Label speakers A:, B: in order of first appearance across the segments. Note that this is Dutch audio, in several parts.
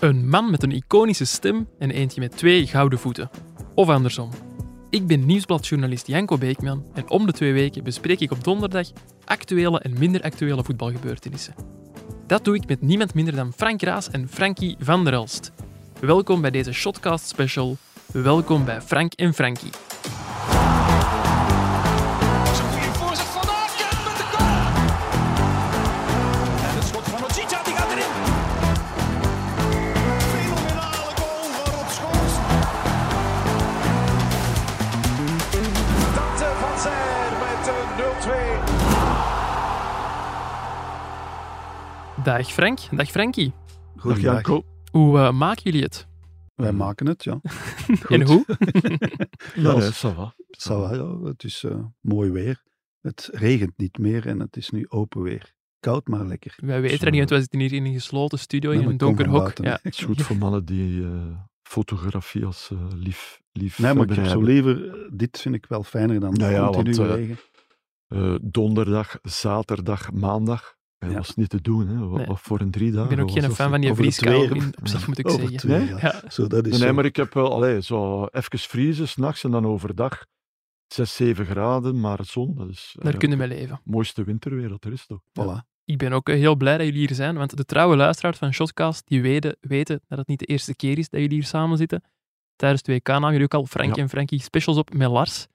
A: Een man met een iconische stem en eentje met twee gouden voeten. Of andersom. Ik ben nieuwsbladjournalist Janko Beekman en om de twee weken bespreek ik op donderdag actuele en minder actuele voetbalgebeurtenissen. Dat doe ik met niemand minder dan Frank Raas en Frankie van der Elst. Welkom bij deze Shotcast special. Welkom bij Frank en Frankie.
B: Zo'n goede voorzet van Aken met de goal. En het schot van Ojita, die gaat erin. Fenomenale goal van Rob Schoors. Dante eh, van Zijl met een 0-2.
A: Dag Frank, dag Frankie.
C: Dag
D: Goedemiddag.
C: Janko.
A: Hoe eh, maken jullie het?
C: Wij maken het, ja.
A: En hoe?
D: Ja,
C: Ja,
D: nee,
C: als-
D: ça va.
C: ça va, ja. Het is eh, mooi weer. Het regent niet meer en het is nu open weer. Koud, maar lekker.
A: Wij weten het niet, want wij zitten hier in een gesloten studio,
C: Nee,
A: in
C: maar
A: een
C: ik kom
A: donker
C: van
A: hok.
C: buiten.
A: Ja.
C: Ik-
D: Het is goed voor mannen die eh, fotografie als eh, lief, lief
C: Nee, maar ik heb
D: hebben.
C: zo liever... eh, Dit vind ik wel fijner dan
D: Nou ja,
C: continu
D: want, eh,
C: regen.
D: Eh, donderdag, zaterdag, maandag. Dat
C: Ja.
D: was niet te doen, hè. Wa-
A: Nee.
D: Of voor een drie
C: Ah,
D: dagen.
A: Ik ben ook geen fan van die
C: over het
A: vrieskou,
C: weer.
A: in- op zich moet ik
C: Over
A: zeggen.
C: twee,
D: Nee?
C: ja.
A: Ja.
C: Zo, dat is eh,
D: Nee,
C: zo.
D: maar ik heb wel allee, zo even vriezen, s'nachts en dan overdag. 6, 7 graden, maar zon. Dat is
A: Daar
D: eh,
A: kunnen we leven.
D: het mooiste winterweer dat er is, toch?
C: Voilà.
A: Ik ben ook eh, heel blij dat jullie hier zijn, want de trouwe luisteraars van Shotcast die weten, weten dat het niet de eerste keer is dat jullie hier samen zitten. Tijdens 2K namen jullie ook al Frank
D: Ja.
A: en Frankie specials op met Lars.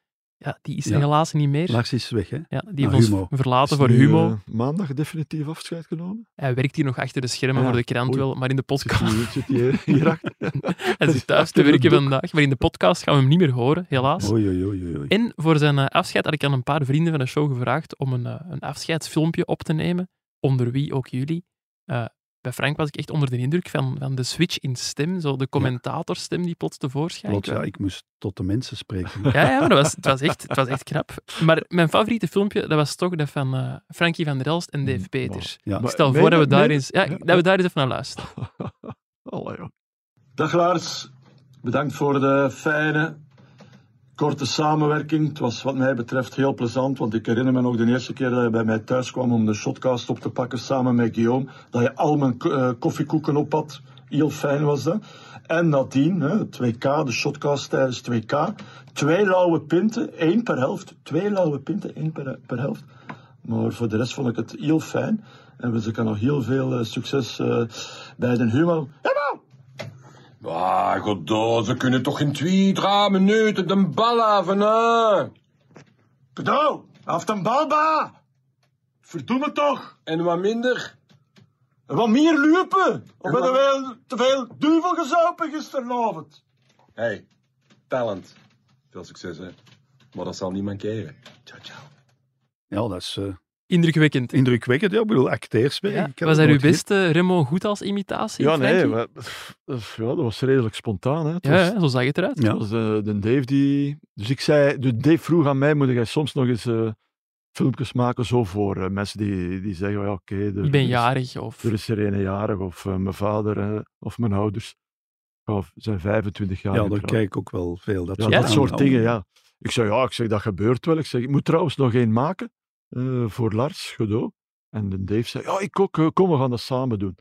A: Ja, die is er
C: Ja.
A: helaas niet meer.
C: Lars is weg, hè.
A: ja, die
C: Ah,
A: heeft ons
C: Humo.
A: verlaten
D: Is
A: voor
D: nu,
A: Humo.
D: eh, maandag definitief afscheid genomen.
A: Hij werkt hier nog achter de schermen
D: Ah,
A: voor de krant
D: oei.
A: wel, maar in de
D: Zit
A: podcast...
D: hier, zit hier, hierachter.
A: Hij zit thuis te
D: achter het
A: werken
D: doek.
A: vandaag, maar in de podcast gaan we hem niet meer horen, helaas.
C: Oei, oei, oei, oei, oei.
A: En voor zijn eh, afscheid had ik aan een paar vrienden van de show gevraagd om een, eh, een afscheidsfilmpje op te nemen, onder wie ook jullie. Eh, bij Frank was ik echt onder de indruk van, van de switch in stem, zo de commentatorstem die plots tevoorschijn
C: Plots, ja,
A: kwam.
C: ik moest tot de mensen spreken.
A: Ja, ja, maar dat was, het, was echt, het was echt knap. Maar mijn favoriete filmpje, dat was toch dat van eh, Frankie van der Elst en Dave
D: Mm,
A: Peters.
C: Ja.
A: Ik stel voor dat we daar eens, ja,
D: ja,
A: dat we daar eens even naar luisteren.
D: Allee, joh.
E: Dag Lars, bedankt voor de fijne, korte samenwerking. Het was wat mij betreft heel plezant, want ik herinner me nog de eerste keer dat je bij mij thuis kwam om de shotcast op te pakken samen met Guillaume. Dat je al mijn ko- eh, koffiekoeken op had. Heel fijn was dat. En nadien, hè, het 2K, de shotcast tijdens 2K. Twee lauwe pinten, één per helft. Twee lauwe pinten, één per, per helft. Maar voor de rest vond ik het heel fijn. En we kan nog heel veel eh, succes eh, bij de Humo.
F: Ah, goddoor, ze kunnen toch in twee, drie minuten de bal hebben, hè?
E: Cadeau, af dan balba! Verdomme toch!
F: En wat minder?
E: En Wat meer lopen! Of hebben we te veel duivel gezopen gisteravond?
F: Hé, hey, talent. Veel succes, hè. Maar dat zal niet mankeren. Ciao, ciao.
C: Ja, dat is eh,
A: Indrukwekkend.
C: indrukwekkend. Ja, ik bedoel, acteurs.
A: Ja. Was dat uw beste Remo goed als imitatie?
D: Ja, nee,
A: Frankie?
D: maar, pff, ja, dat was redelijk spontaan. Hè. Het
A: Ja,
D: was-
A: ja, zo zag het eruit.
D: het was de, de Dave die... Dus ik zei, de Dave vroeg aan mij, moet jij soms nog eens eh, filmpjes maken zo voor eh, mensen die, die zeggen, ja, oké, er-
A: Ik ben
D: er is-
A: jarig. Of...
D: Er is er een jarig, of eh, mijn vader, eh, of mijn ouders ja, zijn 25 jaar
C: Ja, dan
D: getrouwd.
C: kijk ik ook wel veel. Dat,
D: Ja,
C: soort,
D: dat soort
C: aanhouden.
D: dingen, ja. Ik zei, ja, ik zeg, dat gebeurt wel. Ik zeg, ik moet trouwens nog één maken eh, voor Lars Godot. En de Dave zei, ja, ik ook, eh, kom, we gaan dat samen doen.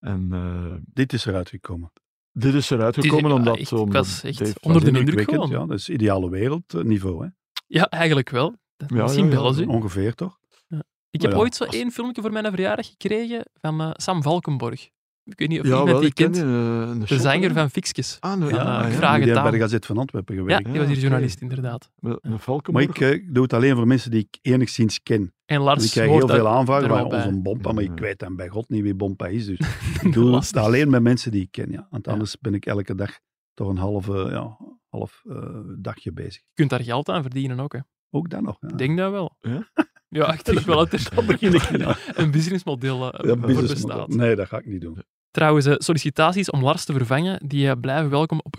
D: En eh,
C: Dit is eruit gekomen.
D: dit is eruit gekomen
A: ja,
D: omdat...
A: echt, ah, ik
D: omdat
A: was echt
D: Dave-
A: onder de
C: Dat is
A: indruk
C: indrukwekkend,
A: gewoon.
C: Ja, dat is ideale wereldniveau, hè.
A: Ja, eigenlijk wel. Dat,
D: Ja,
A: misschien
D: ja, ja,
A: bellen ze.
C: Ongeveer, toch?
A: Ik heb
C: Oh, ja,
A: ooit zo
C: als-
A: één filmpje voor mijn verjaardag gekregen van eh, Sam Valkenborg. Ik weet niet of
D: ja,
A: iemand
D: wel,
A: die
D: ik ken
A: kent.
D: die, eh, een
A: de
D: shotter,
A: zanger
D: hè?
A: van Fixkes.
D: Ah, nee,
A: Ja,
D: ah,
A: ik vraag-
D: ja.
A: het
C: Die hebben bij
A: aan.
C: de Gazet van Antwerpen
A: Ja,
C: gewerkt.
A: die
D: ja,
A: was hier
D: oké.
A: journalist, inderdaad.
D: Met- met
C: Maar
D: Valkenburg.
C: ik eh, doe het alleen voor mensen die ik enigszins ken.
A: En
C: Want ik
A: Lars
C: krijg heel
A: hoort
C: veel
A: dat
C: aanvragen
A: er wel
C: van onze
A: bij.
C: Bompa, maar ik
D: Ja.
C: weet dan bij God niet wie Bompa is. Dus ik doe het
A: Lastig.
C: alleen met mensen die ik ken. Ja. Want
A: Ja.
C: anders ben ik elke dag toch een half, eh, ja, half eh, dagje bezig.
A: Je kunt daar geld aan verdienen ook. Hè.
C: Ook dan nog.
A: Ik
C: Ja.
A: denk dat wel.
D: Ja?
A: Ja, ik denk wel dat er
C: begin ik niet aan.
A: een businessmodel eh,
C: Ja,
A: voor
C: business-
A: bestaat.
C: Nee, dat ga ik niet doen.
A: Trouwens, eh, sollicitaties om Lars te vervangen, die eh, blijven welkom op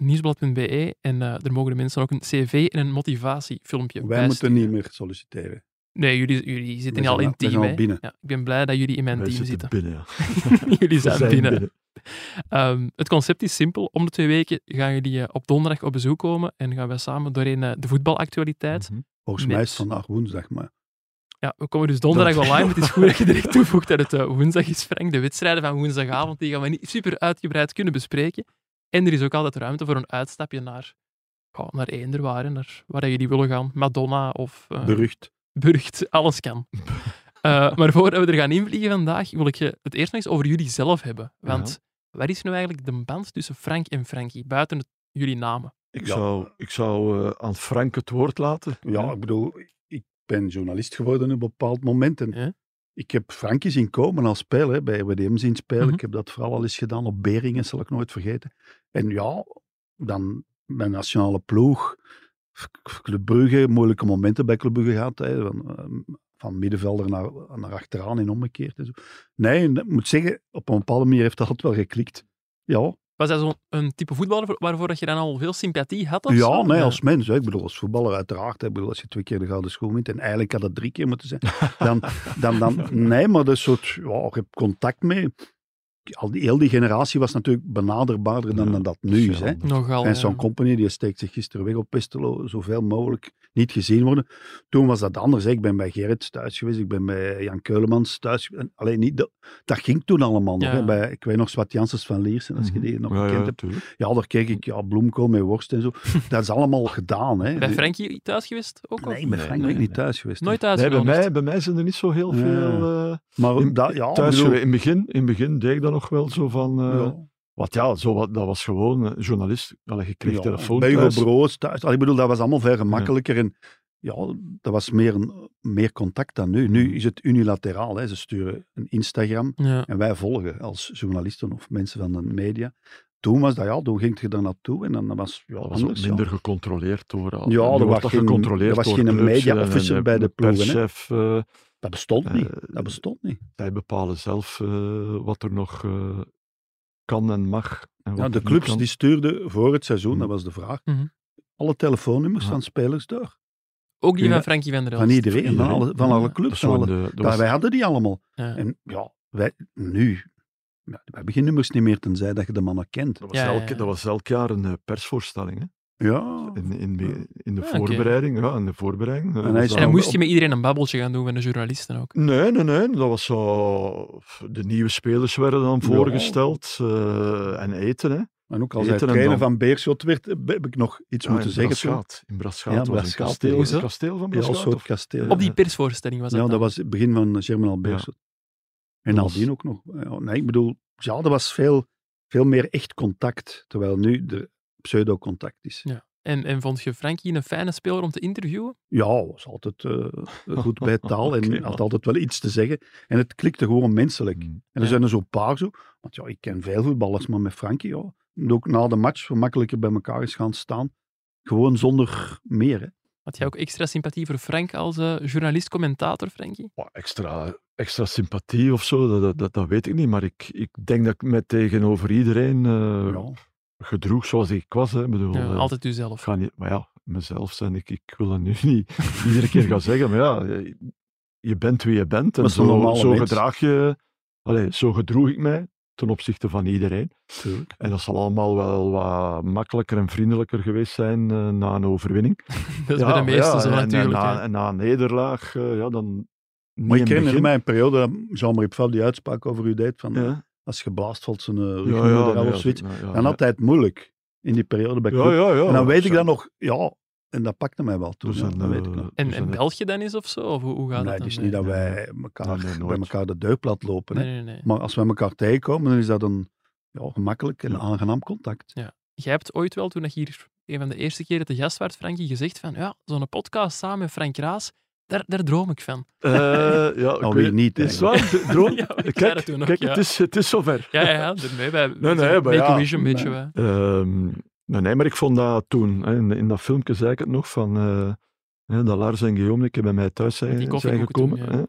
A: shotcast.nieuwsblad.be en eh er mogen de mensen ook een cv en een motivatiefilmpje
C: Wij moeten
A: bijsturen.
C: niet meer solliciteren.
A: Nee, jullie, jullie zitten
C: Wij
A: al
C: zijn
A: in
C: al- wij
A: team.
C: zijn al
A: hè.
C: binnen.
A: Ja, ik ben blij dat jullie in mijn
D: Wij
A: team
D: zitten
A: zitten.
D: binnen, ja.
A: jullie
D: We
A: zijn,
D: zijn
A: binnen. Ehm, het concept is simpel. Om de twee weken gaan jullie eh, op donderdag op bezoek komen en gaan wij samen doorheen eh, de voetbalactualiteit.
D: Mhm.
C: Volgens
A: Met-
C: mij is het vandaag woensdag, maar
A: Ja, we komen dus donderdag
D: Dat-
A: online. Het is goed dat je direct toevoegt dat het eh, woensdag is, Frank. De wedstrijden van woensdagavond die gaan we niet super uitgebreid kunnen bespreken. En er is ook altijd ruimte voor een uitstapje naar, ja, naar eender waar, hè, naar waar jullie willen gaan. Madonna of eh,
C: Berucht.
A: Burgt, alles kan. Eh, maar voordat we er gaan invliegen vandaag, wil ik je het eerst nog eens over jullie zelf hebben. Want waar is nu eigenlijk de band tussen Frank en Frankie, buiten het- jullie namen?
D: Ik
C: Ja.
D: zou, ik zou eh, aan Frank het woord laten.
C: Ja, ik bedoel, ik ben journalist geworden op een bepaald moment. En
A: Ja.
C: Ik heb Frankie zien komen als speler, hè, bij WDM zien spelen.
A: Mhm.
C: Ik heb dat vooral al eens gedaan op Beringen, zal ik nooit vergeten. En ja, dan mijn nationale ploeg, Club Brugge, moeilijke momenten bij Club Brugge gehad. Hè, van, eh, van middenvelder naar, naar achteraan en omgekeerd. En zo. Nee, en ik moet zeggen, op een bepaalde manier heeft dat altijd wel geklikt. Ja,
A: Was dat zo'n een type voetballer voor- waarvoor dat je dan al veel sympathie had? of
C: ja,
A: zo?
C: nee, als mens. Hè. Ik bedoel, als voetballer uiteraard. Hè. Ik bedoel, als je twee keer de gouden schoen wint, en eigenlijk had dat drie keer moeten zijn. Dan, dan, dan, nee, maar dat is soort, ja, je hebt contact mee. Al die, heel die generatie was natuurlijk benaderbaarder dan,
D: Ja,
C: dan dat nu is.
D: Ja,
C: Hè.
A: Nogal. eh,
C: En
A: ja.
C: zo'n company die steekt zich gisteren weg op Pestelo, zoveel mogelijk niet gezien worden. Toen was dat anders. hè. Ik ben bij Gerrit thuis geweest, ik ben bij Jan Keulemans thuis. geweest. En Alleen niet, dat, dat ging toen allemaal nog.
A: Ja.
C: Hè. Bij, ik weet nog Swat Janssens van Liersen, als je die nog
D: Mhm. Ja, ja,
C: gekend hebt.
D: tuurlijk.
C: Ja, daar keek ik, ja, bloemkool met worst en zo. Dat is allemaal gedaan, hè.
A: Bij Frankie thuis geweest ook? Of?
C: Nee, met
D: Nee,
C: Frank ben
D: nee,
C: ik niet thuis geweest.
A: Nooit thuis
D: Nee, bij,
A: geweest?
D: mij, bij mij zijn er niet zo heel
C: Ja.
D: veel eh
C: Maar
D: in-
C: dat, ja,
D: thuis
C: bedoel,
D: geweest. In het begin, in begin deed ik dat nog wel zo van... eh,
C: ja,
D: Wat ja, zo wat, dat was gewoon eh, journalist. Allee, je kreeg
C: ja,
D: telefoon
C: bij
D: thuis.
C: Hugo Broos thuis. Allee, Ik bedoel, dat was allemaal veel gemakkelijker. En ja, dat was meer, een- meer contact dan nu.
D: Mm.
C: Nu is het unilateraal, hè. Ze sturen een Instagram
A: Ja.
C: en wij volgen als journalisten of mensen van de media. Toen was dat, ja, toen ging je daar naartoe en dan was ja,
D: Dat was ook
C: anders. ja.
D: Ah, minder gecontroleerd door... al-
C: Ja,
D: nu
C: er
D: wordt
C: was
D: dat
C: geen-
D: gecontroleerd
C: er was
D: door
C: geen
D: clubs
C: media
D: en- en-
C: officer
D: en eh,
C: bij de ploegen, hè.
D: perschef, eh,
C: Dat bestond niet.
D: Eh,
C: Dat bestond niet.
D: zij bepalen zelf eh, wat er nog eh, kan en mag. En wat
C: Ja,
D: er
C: de
D: niet
C: clubs
D: kan.
C: die stuurden voor het seizoen,
D: Mhm.
C: dat was de vraag,
A: Mhm.
C: alle telefoonnummers
D: Ja.
C: van spelers door.
A: Ook die
C: Ja.
A: van Frankie van der Elst.
C: Van iedereen, van
D: iedereen.
C: alle, van alle clubs.
D: Zo
C: Van
D: in
C: alle,
D: de- dat
C: maar
D: was-
C: wij hadden die allemaal.
A: Ja.
C: En ja, wij, nu, ja, we hebben geen nummers niet meer, tenzij dat je de mannen kent.
D: dat was
A: Ja, ja,
D: elk-
A: ja.
D: dat was elk jaar een eh, persvoorstelling. Hè?
C: Ja,
D: In, in, in, de
A: Ah, oké.
D: voorbereiding. Ja, in de voorbereiding. eh,
C: En hij
D: was
C: is-
D: dat-
A: En dan moest
C: op-
A: je met iedereen een babbeltje gaan doen van de journalisten ook.
D: Nee, nee, nee. Dat was zo... De nieuwe spelers werden dan voorgesteld. eh, en eten, hè.
C: en ook al
D: Is
C: zei
D: het er een
C: trainer
D: dan?
C: van Beerschot werd, heb ik nog iets
D: Ja,
C: moeten
D: Ah, in
C: zeggen. toen.
D: Brasschaat. In Brasschaat
C: Ja,
D: was
C: Brasschaat,
D: een kasteel.
C: ja.
D: Is het kasteel van
C: Ja, een
D: Brasschaat?
C: soort
D: of-
C: kasteel.
A: Op die
D: Ja.
A: persvoorstelling was dat
C: Ja,
A: dan?
C: dat was het begin van Germinal Beerschot. En
D: Dat was-
C: nadien ook nog. Ja, nee, ik bedoel, ja, dat was veel, veel meer echt contact, terwijl nu er pseudo-contact is.
A: En, en vond je Frankie een fijne speler om te interviewen?
C: Ja, was altijd eh, goed bij taal en
D: Oké,
C: had
D: ja.
C: altijd wel iets te zeggen. En het klikte gewoon menselijk.
D: Mm.
C: En er
A: Ja.
C: zijn er zo'n paar zo. Want ja, ik ken veel voetballers, maar met Frankie, ja. En ook na de match gemakkelijker bij elkaar is gaan staan. Gewoon zonder meer. Hè.
A: Had jij ook extra sympathie voor Frank als journalist-commentator, Frankie?
D: Ja, extra, extra sympathie of zo, dat- dat, dat, dat weet ik niet. Maar ik, ik denk dat ik me tegenover iedereen eh,
C: Ja.
D: gedroeg zoals ik was. Hè. Ik bedoel,
A: Ja,
D: eh,
A: altijd
D: ik
A: uzelf.
D: ga niet, maar ja, mezelf zijn. Ik, ik wil dat nu niet iedere keer gaan zeggen. Maar ja, eh, je bent wie je bent. En
C: Dat is een
D: zo,
C: normale
D: zo
C: mens.
D: gedraag je. Allee, zo gedroeg ik mij ten opzichte van iedereen. En dat zal allemaal wel wat makkelijker en vriendelijker geweest zijn eh, na een overwinning.
A: Dat is bij de
D: maar
A: meesten zo
D: en- en
A: natuurlijk.
D: na-
A: hè.
D: En na een nederlaag, eh, ja, dan. niet
C: Maar
D: in
C: ik
D: het
C: herinner
D: begin.
C: mij een periode dat Jean-Marie Pfaal die uitspraak over u deed van
D: Ja.
C: als je blaast valt zijn eh, rug
D: Ja,
C: onder de
D: ja,
C: rel
D: nee,
C: of
D: als
C: zoiets.
D: ik- nou, ja,
C: Dan
D: ja.
C: had hij het moeilijk in die periode bij
D: Ja,
C: club.
D: ja, ja.
C: en dan weet ik
D: zijn-
C: dat nog, ja, en dat pakte mij wel toen.
D: dus
C: ja,
D: een,
C: dat weet ik
D: eh,
C: nog.
A: En,
D: dus
A: en
D: een-
A: bel je dan eens of zo? Of hoe, hoe gaat
C: nee,
A: dat dan?
C: het
A: eh,
C: is niet dat
D: nee,
C: wij elkaar,
D: Nee, nee,
C: bij
D: nooit.
C: elkaar de deuk plat lopen. hè.
A: Nee, nee, nee.
C: Maar als wij elkaar tegenkomen, dan is dat een ja, gemakkelijk en aangenaam contact.
A: Jij hebt ooit wel, toen je hier een van de eerste keren te gast was, Frankie, gezegd van ja, zo'n podcast samen met Frank Raas, daar, daar droom ik van.
D: Eh, ja, ik
C: Nou,
D: weet-
C: wie niet,
D: Is het waar? De- Droom?
A: Ja, ik zei dat
D: kijk,
A: toen nog,
D: kijk
A: ja.
D: het, is, het is zover.
A: Ja, ja, ja. de- Nee, bij,
D: nee, maar
A: Make a
D: ja.
A: wish een beetje.
C: Nee.
A: wij.
D: Ehm, nee, nee, maar ik vond dat toen, hè, in, in dat filmpje zei ik het nog, van eh, hè, dat Lars en Guillaume een keer bij mij thuis
A: Met die
D: zijn, zijn
A: koffiekoeken
D: gekomen.
A: toen,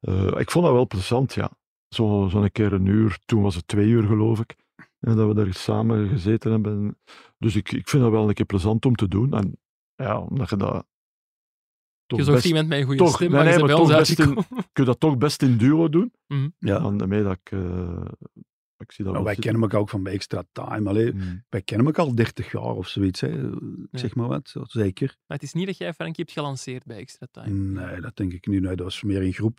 D: hè. Eh, ik vond dat wel plezant, ja. Zo- Zo'n keer een uur, toen was het twee uur geloof ik, hè, dat we daar samen gezeten hebben. Dus ik, ik vind dat wel een keer plezant om te doen. En ja, omdat je dat... toch
A: Je zocht
D: best-
A: iemand met een goede
D: toch-
A: stem,
D: nee,
A: maar je
D: nee,
A: bent bij
D: maar
A: ons
D: toch best in-
A: uitgekomen.
D: kun je dat toch best in duo doen.
C: Ja.
D: Dan daarmee dat ik, eh, Ik zie dat
C: Maar
D: wel
C: Nou, wij
D: zitten.
C: kennen elkaar ook van bij Extra Time. Allee,
D: Mm.
C: wij kennen elkaar al 30 jaar of zoiets. Hè. Ik Zeg maar wat, zo, zeker.
A: Maar het is niet dat jij Frankie hebt gelanceerd bij Extra Time.
D: Mm.
C: Nee, dat denk ik niet. Nee, dat was meer in groep.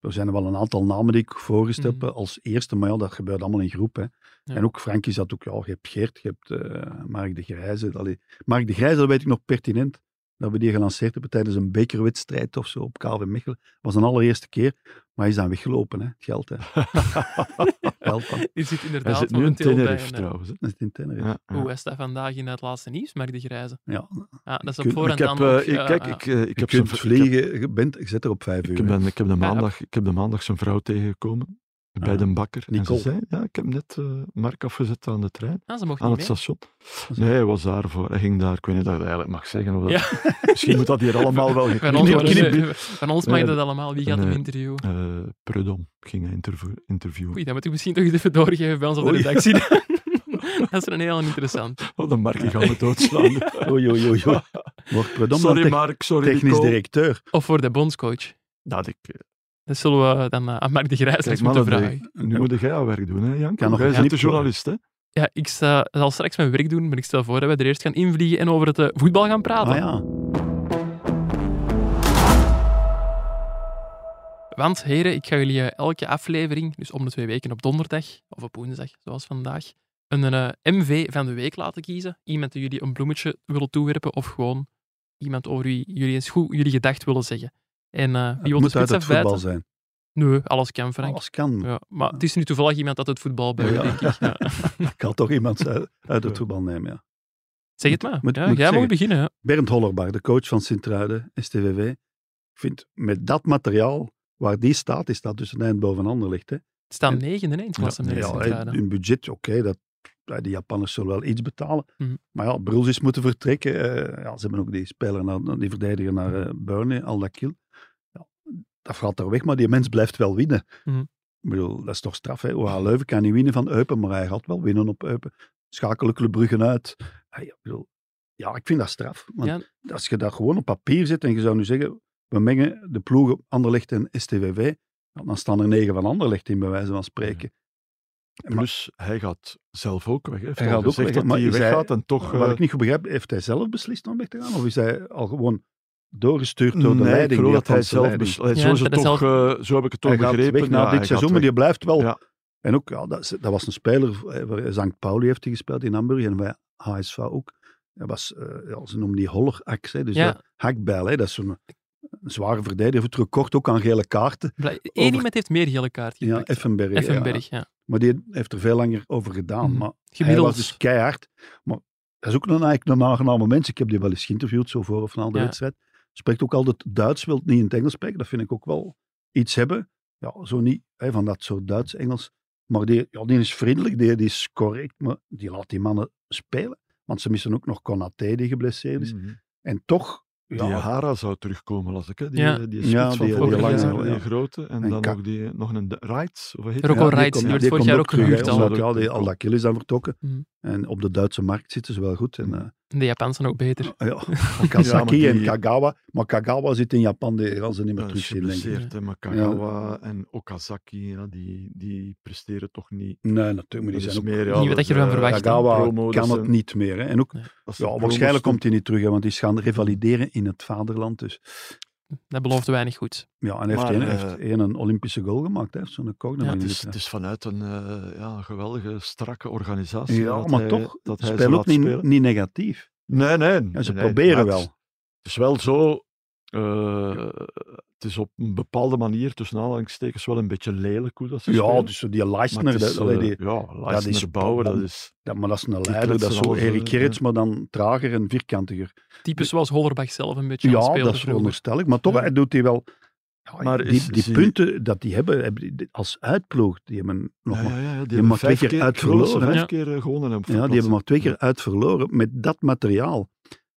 C: Er zijn er wel een aantal namen die ik voorgesteld
A: Mhm.
C: heb als eerste, maar ja, dat gebeurt allemaal in groep. Hè.
A: Ja.
C: En ook Frankie zat ook, ja, je hebt Geert, je hebt eh, Mark de Grijze. Allee, Mark de Grijze, dat weet ik nog pertinent, dat we die gelanceerd hebben tijdens een bekerwedstrijd of zo op KV Mechelen. was een allereerste keer, maar hij is dan weggelopen, hè. het geld. Hè. geld dan.
A: Er zit
D: Hij
A: inderdaad
D: zit nu in
A: momenteel bij
D: Tenerife
A: een, eh,
D: trouwens. hè.
C: Dat is in Tenerife.
D: Ja, ja.
A: Hoe is dat vandaag in het laatste nieuws, Mark de Grijze?
C: Ja.
A: Ah, dat is op
C: Ik-
A: voorhand
D: Ik heb,
A: dan nog,
D: eh, ik-
A: ja,
D: kijk,
A: ah.
D: ik, eh, ik
C: Je
D: heb zijn
C: kunt
D: vri- ik heb-
C: vliegen, je, bent, je zit er op vijf
D: ik
C: uur.
D: heb
C: hè.
D: de- ik heb de maandag- ik heb de maandag zijn vrouw tegengekomen bij
C: Ah,
D: de bakker. En ze
C: Nicole.
D: zei, ja, ik heb net eh, Mark afgezet aan de trein.
A: Ah, ze mocht
D: aan
A: niet
D: het
A: mee.
D: station. Nee, hij was daarvoor. Hij ging daar, ik weet niet of ik dat eigenlijk mag zeggen. Of dat- Misschien moet dat hier allemaal wel
A: Van ons,
D: geknipt
A: van-
D: worden.
A: van ons mag je dat allemaal. Wie gaat hem
D: Nee.
A: interviewen?
D: Eh, Prudhomme ging hij interview- interviewen.
A: Oei, dat moet ik misschien toch even doorgeven bij ons op de
C: Oei.
A: redactie. dat is een heel interessant.
D: Oh, de Mark die gaat me doodslaan.
C: Oei, oei, oei. oei. Wordt Predom
D: sorry
C: dan
D: Mark, sorry
C: technisch
D: Nico.
C: directeur?
A: Of voor de bondscoach.
D: Dat ik, eh,
A: Dat zullen we dan eh, aan Mark de Grijs straks
D: mannen,
A: moeten
D: nee.
A: vragen.
D: nu moet jij jouw werk doen, hè Jan?
C: Kan nog
D: jij
C: een
D: bent de
C: knip doen.
D: journalist, hè?
A: Ja, ik sta, zal straks mijn werk doen, maar ik stel voor dat we er eerst gaan invliegen en over het eh, voetbal gaan praten.
C: Ah ja.
A: Want heren, ik ga jullie eh, elke aflevering, dus om de twee weken op donderdag of op woensdag, zoals vandaag, een eh, MV van de week laten kiezen. Iemand die jullie een bloemetje willen toewerpen of gewoon iemand over wie jullie eens goed jullie gedacht willen zeggen. En eh, wie wil de
C: moet uit
A: spits
C: het voetbal
A: afbijten?
C: zijn.
A: Nee, alles kan, Frank.
C: Alles kan.
A: Ja, maar het is nu toevallig iemand uit het voetbal bij,
C: Ja.
A: denk ik. Ja.
C: Ik kan toch iemand uit, uit het voetbal nemen, ja.
A: Zeg het maar.
C: Moet-
A: ja,
C: moet ik
A: jij mag
C: zeggen?
A: beginnen. hè.
C: Bernd Hollerbach, de coach van Sint-Truiden, STVV. Ik vind, met dat materiaal, waar die staat, is dat dus een eind boven ander ligt. Hè.
A: Het staat
C: En-
A: negen in één klasse.
D: Ja,
A: Ja,
C: Ja, hè, hun budget, oké, dat ja, die Japanners zullen wel iets betalen.
A: Mhm.
C: Maar ja, Bruls is moeten vertrekken. eh, ja, ze hebben ook die speler, naar, naar die verdediger naar
A: Mhm.
C: eh Burnley, Aldakil. Ja, dat gaat er weg, maar die mens blijft wel winnen.
A: Mhm.
C: Ik bedoel, dat is toch straf, hè? OH Leuven kan niet winnen van Eupen, maar hij gaat wel winnen op Eupen. Schakelen Club Bruggen uit. Ja, ik bedoel, ja, ik vind dat straf. Want
A: Ja.
C: als je dat gewoon op papier zet en je zou nu zeggen, we mengen de ploegen Anderlecht en STVV, ja, dan staan er negen van Anderlecht in, bij wijze van spreken. Maar-
D: Plus, hij gaat zelf ook weg. Hij heeft
C: Hij
D: al
C: gaat ook
D: gezegd
C: weg,
D: dat
C: maar
D: hij
C: is hij-
D: weggaat en toch...
C: Wat
D: eh,
C: ik niet goed begrijp, heeft hij zelf beslist om weg te gaan? Of is hij al gewoon doorgestuurd door de
D: eh, nee,
C: leiding?
D: ik
C: die
D: geloof dat hij
C: Japanse
D: zelf...
C: leiding?
D: bes- eh,
A: Ja,
D: zo, is
A: dat
D: het
A: hij
D: toch,
A: zelf-
D: eh, zo heb ik het toch
C: Hij gaat
D: begrepen.
C: weg na
D: Ja, hij
C: dit seizoen,
D: gaat
C: maar die blijft wel.
D: Ja.
C: En ook, ja, dat, is- dat was een speler, eh, waar St. Pauli heeft hij gespeeld in Hamburg en bij HSV ook. Hij was, eh, ja, ze noemen die Holler-Ax, hè, dus
A: Ja.
C: dat hakbijl. Hè, dat is zo'n een zware verdediger, heeft record ook aan gele kaarten.
A: Blij- Eén
C: Over-
A: iemand heeft meer gele kaart
C: Ja,
A: gepakt.
C: Effenberg. ja.
A: Effenberg, ja.
C: Maar die heeft er veel langer over gedaan.
A: Mhm.
C: Maar
A: Gemiddeld.
C: Hij was dus keihard. Maar dat is ook een, eigenlijk een aangename mens. Ik heb die wel eens geïnterviewd, zo voor of na de
A: Ja.
C: wedstrijd. Spreekt ook altijd Duits, wil het niet in het Engels spreken. Dat vind ik ook wel iets hebben. Ja, zo niet hè, van dat soort Duits-Engels. Maar die, ja, die is vriendelijk, die, die is correct. Maar die laat die mannen spelen. Want ze missen ook nog Konaté, die geblesseerd is.
D: Mhm.
C: En toch...
D: Die
C: Ja,
D: Hara zou terugkomen, las ik. Hè? Die,
A: Ja.
D: eh,
C: Ja,
D: die spits van
C: die-
A: die
D: vorig
A: lange,
D: jaar,
C: ja.
D: die grote. En,
C: En
D: dan
C: Kak.
D: nog, die, nog een Rights. Hoe heet
A: Rocco
D: die?
A: Reitz, die
C: komt-
A: werd
C: die
A: vorig
C: komt
A: jaar ook
C: terug, hè,
A: gehuurd al.
C: omdat, Ja, die
D: Komt.
C: Aldakil is dan vertrokken.
A: Mhm.
C: En op de Duitse markt zitten ze wel goed.
A: Mm.
C: En, eh,
A: De Japans zijn ook beter.
C: Ja, Kasaki
D: Ja, maar
C: en
D: die-
C: Kagawa. Maar Kagawa zit in Japan, die gaan ze niet meer
D: Dat is
C: terugzien, denk ik.
D: eh, geblesseerd, hè, maar Kagawa en Okazaki, ja, die, die presteren toch niet.
C: Nee, natuurlijk. Maar
D: Dat
C: die
D: is
C: zijn ook...
D: meer, ja,
A: Niet wat
D: dat
A: je ervan
D: zijn, eh,
A: verwacht, hè.
C: Kagawa
D: promo, dat
C: kan het
D: zijn-
C: niet meer. Hè. En ook,
D: dat zijn
C: ja,
D: promos
C: waarschijnlijk
D: toen.
C: komt hij niet terug, hè, want die is gaan revalideren in het vaderland. Dus.
A: Dat belooft weinig goed.
C: Ja, en hij heeft,
D: Maar,
C: één,
D: eh,
C: heeft één een Olympische goal gemaakt. hè. Hij heeft zo'n corner.
A: Ja,
C: in
D: Het
C: de
D: is, het
C: rug,
D: is vanuit een eh, ja, een geweldige, strakke organisatie.
C: hè. ja,
D: dat
C: maar
D: hij-
C: toch,
D: dat hij ze
C: speel ook
D: laat
C: niet,
D: spelen.
C: niet negatief.
D: Nee, nee.
C: Ja, ze
D: nee,
C: proberen
D: maar
C: wel.
D: Het is, het is wel zo. eh, Het is op een bepaalde manier, tussen aanhalingstekens, wel een beetje lelijk hoe dat ze
C: Ja,
D: spelen.
C: dus die
D: Maar
C: Leisner,
D: het
C: dat,
D: is,
C: allee,
D: eh,
C: die,
D: ja, Leisner
C: is
D: bouwen, dat
C: bom.
D: is...
C: dat, maar dat is een leider,
D: kletsen
C: dat is zo
D: alles, eh,
C: Erik Gerrits, maar dan trager en vierkantiger.
A: Types zoals Hollerbach zelf een beetje aan het
C: Ja,
A: spelen
C: dat is
A: vroeger.
C: veronderstel ik. Maar toch,
A: Ja.
C: hij doet hij wel... Ja,
D: Maar
C: die
D: is-
C: die
D: zie-
C: punten dat die hebben, hebben die als uitploeg, die hebben nog
D: Ja,
C: maar...
D: ja, ja, die
C: mag
D: hebben
C: twee
D: vijf
C: keer
D: keer,
C: uit
D: ik geloof dat ze
C: verloren,
A: hè?
D: vijf keer eh, gewonnen hebben.
C: Ja, die hebben maar twee keer uit verloren. Met dat materiaal,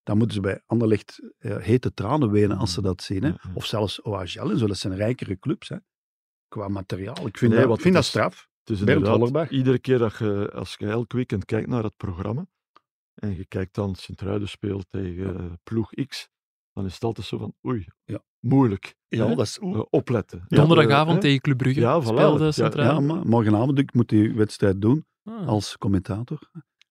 C: dan moeten ze bij Anderlecht eh, hete tranen wenen als ze dat zien. Hè?
D: Ja, ja.
C: Of zelfs OHL en zo, dat zijn rijkere clubs. Hè? Qua materiaal. Ik vind,
D: Nee,
C: dat,
D: want
C: ik vind
D: het
C: dat
D: is-
C: straf.
D: Het is
C: Bernd
D: inderdaad,
C: Hollerbach.
D: Iedere keer dat je, als je elk weekend kijkt naar het programma en je kijkt dan Sint-Truiden speelt tegen eh, ploeg X, dan is het altijd zo van oei,
C: Ja.
D: moeilijk.
C: Ja,
D: Hè?
C: dat is...
D: Eh, opletten.
A: Donderdagavond
D: Ja, eh,
A: tegen Club Brugge
D: ja, voilà.
A: speelde
D: Ja,
C: Ja,
A: Centraal.
C: maar morgenavond ik moet die wedstrijd doen
A: Ah.
C: als commentator.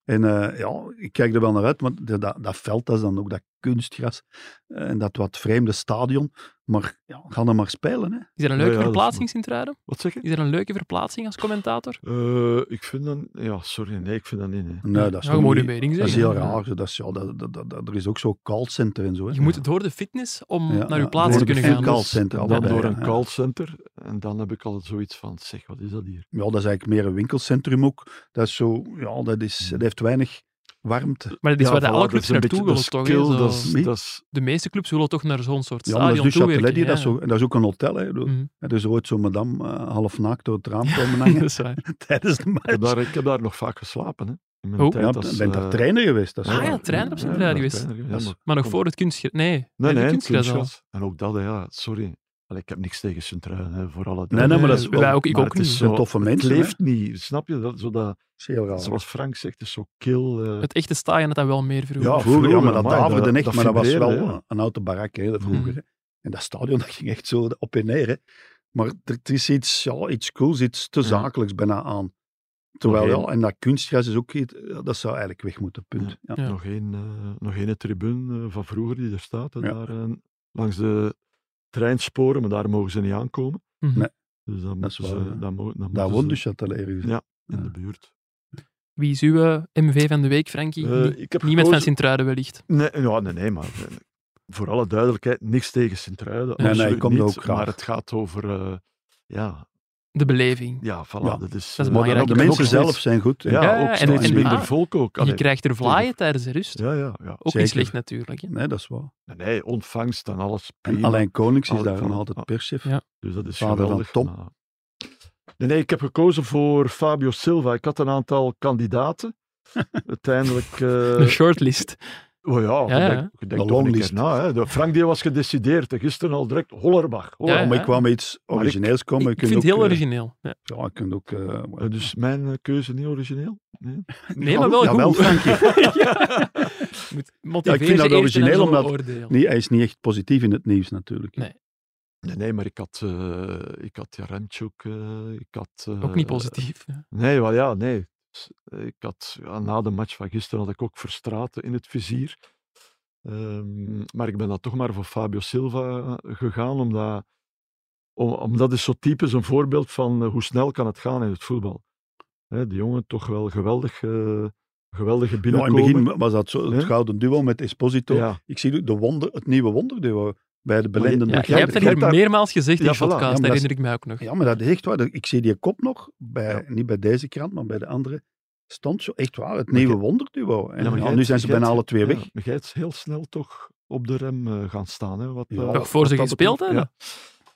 C: En eh, ja, ik kijk er wel naar uit, want dat, dat, dat veld dat is dan ook dat kunstgras eh, en dat wat vreemde stadion. Maar ja, ga dan maar spelen, hè.
A: Is er een leuke
D: Ja, ja, dat is-
A: verplaatsing, Sint-Truiden?
D: Wat zeg je?
A: Is er een leuke verplaatsing als commentator?
D: Eh, ik vind dan... Ja, sorry. Nee, ik vind dat niet. nee.
C: Nee, dat is,
A: Ja, je
C: toch
A: moet
C: niet-
A: je mening
C: dat is
A: zeggen.
C: heel raar. zo. Dat is, ja, dat, dat, dat- dat- er is ook zo'n callcenter en zo. Hè.
A: Je moet door de fitness om
C: Ja,
A: naar je
C: ja,
A: plaats
C: door
A: te
C: de
A: kunnen
C: fitness.
A: gaan. dus
C: Een callcenter,
D: dan
C: allebei,
D: door een
C: hè.
D: callcenter. En dan heb ik altijd zoiets van, zeg, wat is dat hier?
C: Ja, dat is eigenlijk meer een winkelcentrum ook. Dat, is zo, ja, dat, is, dat heeft weinig warmte.
A: Maar dat is
D: Ja,
A: waar de
D: voilà,
A: alle
D: dat
A: clubs
D: is een
A: naartoe
D: beetje-
A: willen, toch? hè?
D: Dat is kil,
A: Zo-
D: dat is-
C: Nee.
D: dat is-
A: De meeste clubs willen toch naar zo'n soort
C: Ja, maar dat is
A: stadion
C: de Châtelet,
A: toewerken.
C: die dat,
A: ja.
C: zo, en dat is ook een hotel. Hè. Dus,
A: Mhm.
C: er is ooit zo'n madame eh, half naakt door het raam komen hangen
A: Dat is waar.
C: tijdens de
D: Ik heb,
C: match.
D: daar, ik heb daar nog vaak geslapen. Hè. In mijn
A: Oh.
C: Ja,
D: tijd als,
C: ben daar
D: eh,
C: trainer geweest. Dat is
A: Ah,
C: waar.
A: ja, trainer op zijn
D: ja,
A: draad
D: daar
A: geweest.
D: trainer
C: Dat is-
D: maar-
A: Maar nog
D: kom.
A: voor het kunstgras. Nee,
D: Nee,
A: de
D: nee,
A: kunstgras al.
D: kunstgras. En ook dat, hè, ja, sorry. Allee, ik heb niks tegen Sint-Truiden, hè, voor alle
C: Nee, nee, maar dat is
A: wij
C: wel-
A: ook, ik
D: maar
A: ook
D: het is
A: niet.
C: dat zijn
D: zo-
C: toffe
D: Het
C: mensen. hè.
D: leeft niet, snap je? Dat, zo dat,
C: Dat is heel raar.
D: zoals Frank zegt, het is zo kil. eh,
A: Het echte stadion had dat wel meer vroeger.
C: Ja,
D: Ja,
C: vroeger, ja,
D: vroeger,
C: maar dat
D: amai,
C: daverde
D: dat-
C: echt,
D: dat
C: maar dat was wel
D: vibreerde, ja.
C: een oude barak hè, dat vroeger.
A: Mhm.
C: hè. En dat stadion dat ging echt zo op en neer. Hè. Maar er, er is iets, ja, iets cools, iets te
D: Ja.
C: zakelijks bijna aan. Terwijl,
D: Nog één.
C: ja, en dat kunstgras is ook iets, ja, dat zou eigenlijk weg moeten, punt. Ja.
A: Ja.
D: Nog één eh, nog één tribune eh, van vroeger die er staat. hè,
C: Ja.
D: daar, eh, langs de treinsporen, maar daar mogen ze niet aankomen.
A: Mhm.
C: Nee.
D: Dus dan moeten
C: is
D: ze,
C: waar, ja.
D: dan mo- dan
C: Daar
D: moeten
C: woont
D: ze
C: dus Châtelet ergens.
D: Ja. in
C: ja.
D: de buurt.
A: Wie is uw eh, MV van de week, Frankie?
D: Eh,
A: Niet-
D: ik heb
A: Niemand van
D: gekozen-
A: Sint-Truiden wellicht.
D: Nee, ja, nee, nee, maar eh, voor alle duidelijkheid, niks tegen Sint-Truiden.
C: nee,
D: absoluut
C: ik kom daar
D: niet,
C: ook graag.
D: Maar het gaat over, eh, ja,
A: De beleving.
D: ja, voilà,
C: Ja,
D: dat is...
A: dat is
D: eh,
C: Maar dan
A: belangrijk.
C: ook de
A: En ook
C: mensen
D: steeds-
C: zelf zijn goed. hè.
D: Ja,
A: Ja, ja,
D: ook
A: en-
D: steeds
C: en-
D: minder
A: ah,
D: volk ook. Allee,
A: je krijgt er vlaaien tijdens de rust.
D: Ja, ja, ja.
A: Ook
C: zeker. Eh,
A: niet slecht natuurlijk. Hè.
C: Nee, dat is waar.
D: Nee, nee, ontvangst en alles
C: En
D: prima.
C: Alain Konings is
D: Al-
C: daar nog
D: van-
C: altijd perschef.
A: Ja.
D: Dus dat is
C: Vader van
D: geweldig.
C: Tom.
D: maar- Nee, nee, ik heb gekozen voor Fabio Silva. Ik had een aantal kandidaten. Uiteindelijk... eh,
A: De shortlist.
D: oh ja,
A: Ja,
D: je
A: ja.
D: denkt- je
C: De
D: denkt toch een keer
C: longlist.
D: na. Hè. De Frank die was gedecideerd. hè. Gisteren al direct Hollerbach.
A: Ja,
C: maar ik kwam met iets
D: ik-
C: origineels komen.
A: Ik,
C: Je
A: ik
C: kunt
A: vind het heel
C: ook, eh,
A: origineel. Ja.
C: Ja, je kunt ook... eh,
A: Oh,
D: Eh, Dus mijn eh, keuze niet origineel? Nee.
A: Nee, maar wel
C: jawel,
A: goed.
C: Frankie.
A: ja. Moet motiveren
C: vind dat
A: ze eerst en dan
C: origineel,
A: zullen we
C: omdat-
A: oordelen.
C: Nee, hij is niet echt positief in het nieuws natuurlijk.
A: Nee.
D: Nee, nee, maar ik had, eh ik had Jaremchuk, eh, ik had... eh,
A: Ook niet positief. ja.
D: Nee, wel ja, nee. S- eh, Ik had, ja, na de match van gisteren had ik ook Verstraten in het vizier. Ehm, maar ik ben dan toch maar voor Fabio Silva eh, gegaan, omdat, om, omdat is zo typisch een voorbeeld van eh, hoe snel kan het gaan in het voetbal. Hè, die jongen toch wel geweldig, eh geweldige
C: Ja, in
D: binnenkomen.
C: het begin was dat zo, het
D: Hè?
C: gouden duo met Esposito.
D: ja.
C: Ik zie de wonder, het nieuwe wonderduo bij de belende
D: je-
A: Ja,
D: Ja,
A: jij hebt dat
D: jij
A: hier
D: hebt daar-
A: meermaals gezegd in
D: Ja,
A: de
D: voilà.
A: podcast,
D: Ja, maar
C: dat
A: dat
C: is-
A: herinner ik mij ook nog.
C: Ja, maar dat is echt waar. Ik zie die kop nog, bij, niet bij deze krant, maar bij de andere. Stond zo, echt waar, het nieuwe wonderduo. En
D: Ja, maar
C: ja,
D: jij-
C: nu zijn ze
D: jij-
C: bijna alle twee
D: ja,
C: weg.
D: Maar jij is heel snel toch op de rem eh, gaan staan. Hè, wat,
C: Ja,
D: eh,
A: Nog voor
D: wat
A: ze
D: dat
A: gespeeld
D: betreft.
A: hebben.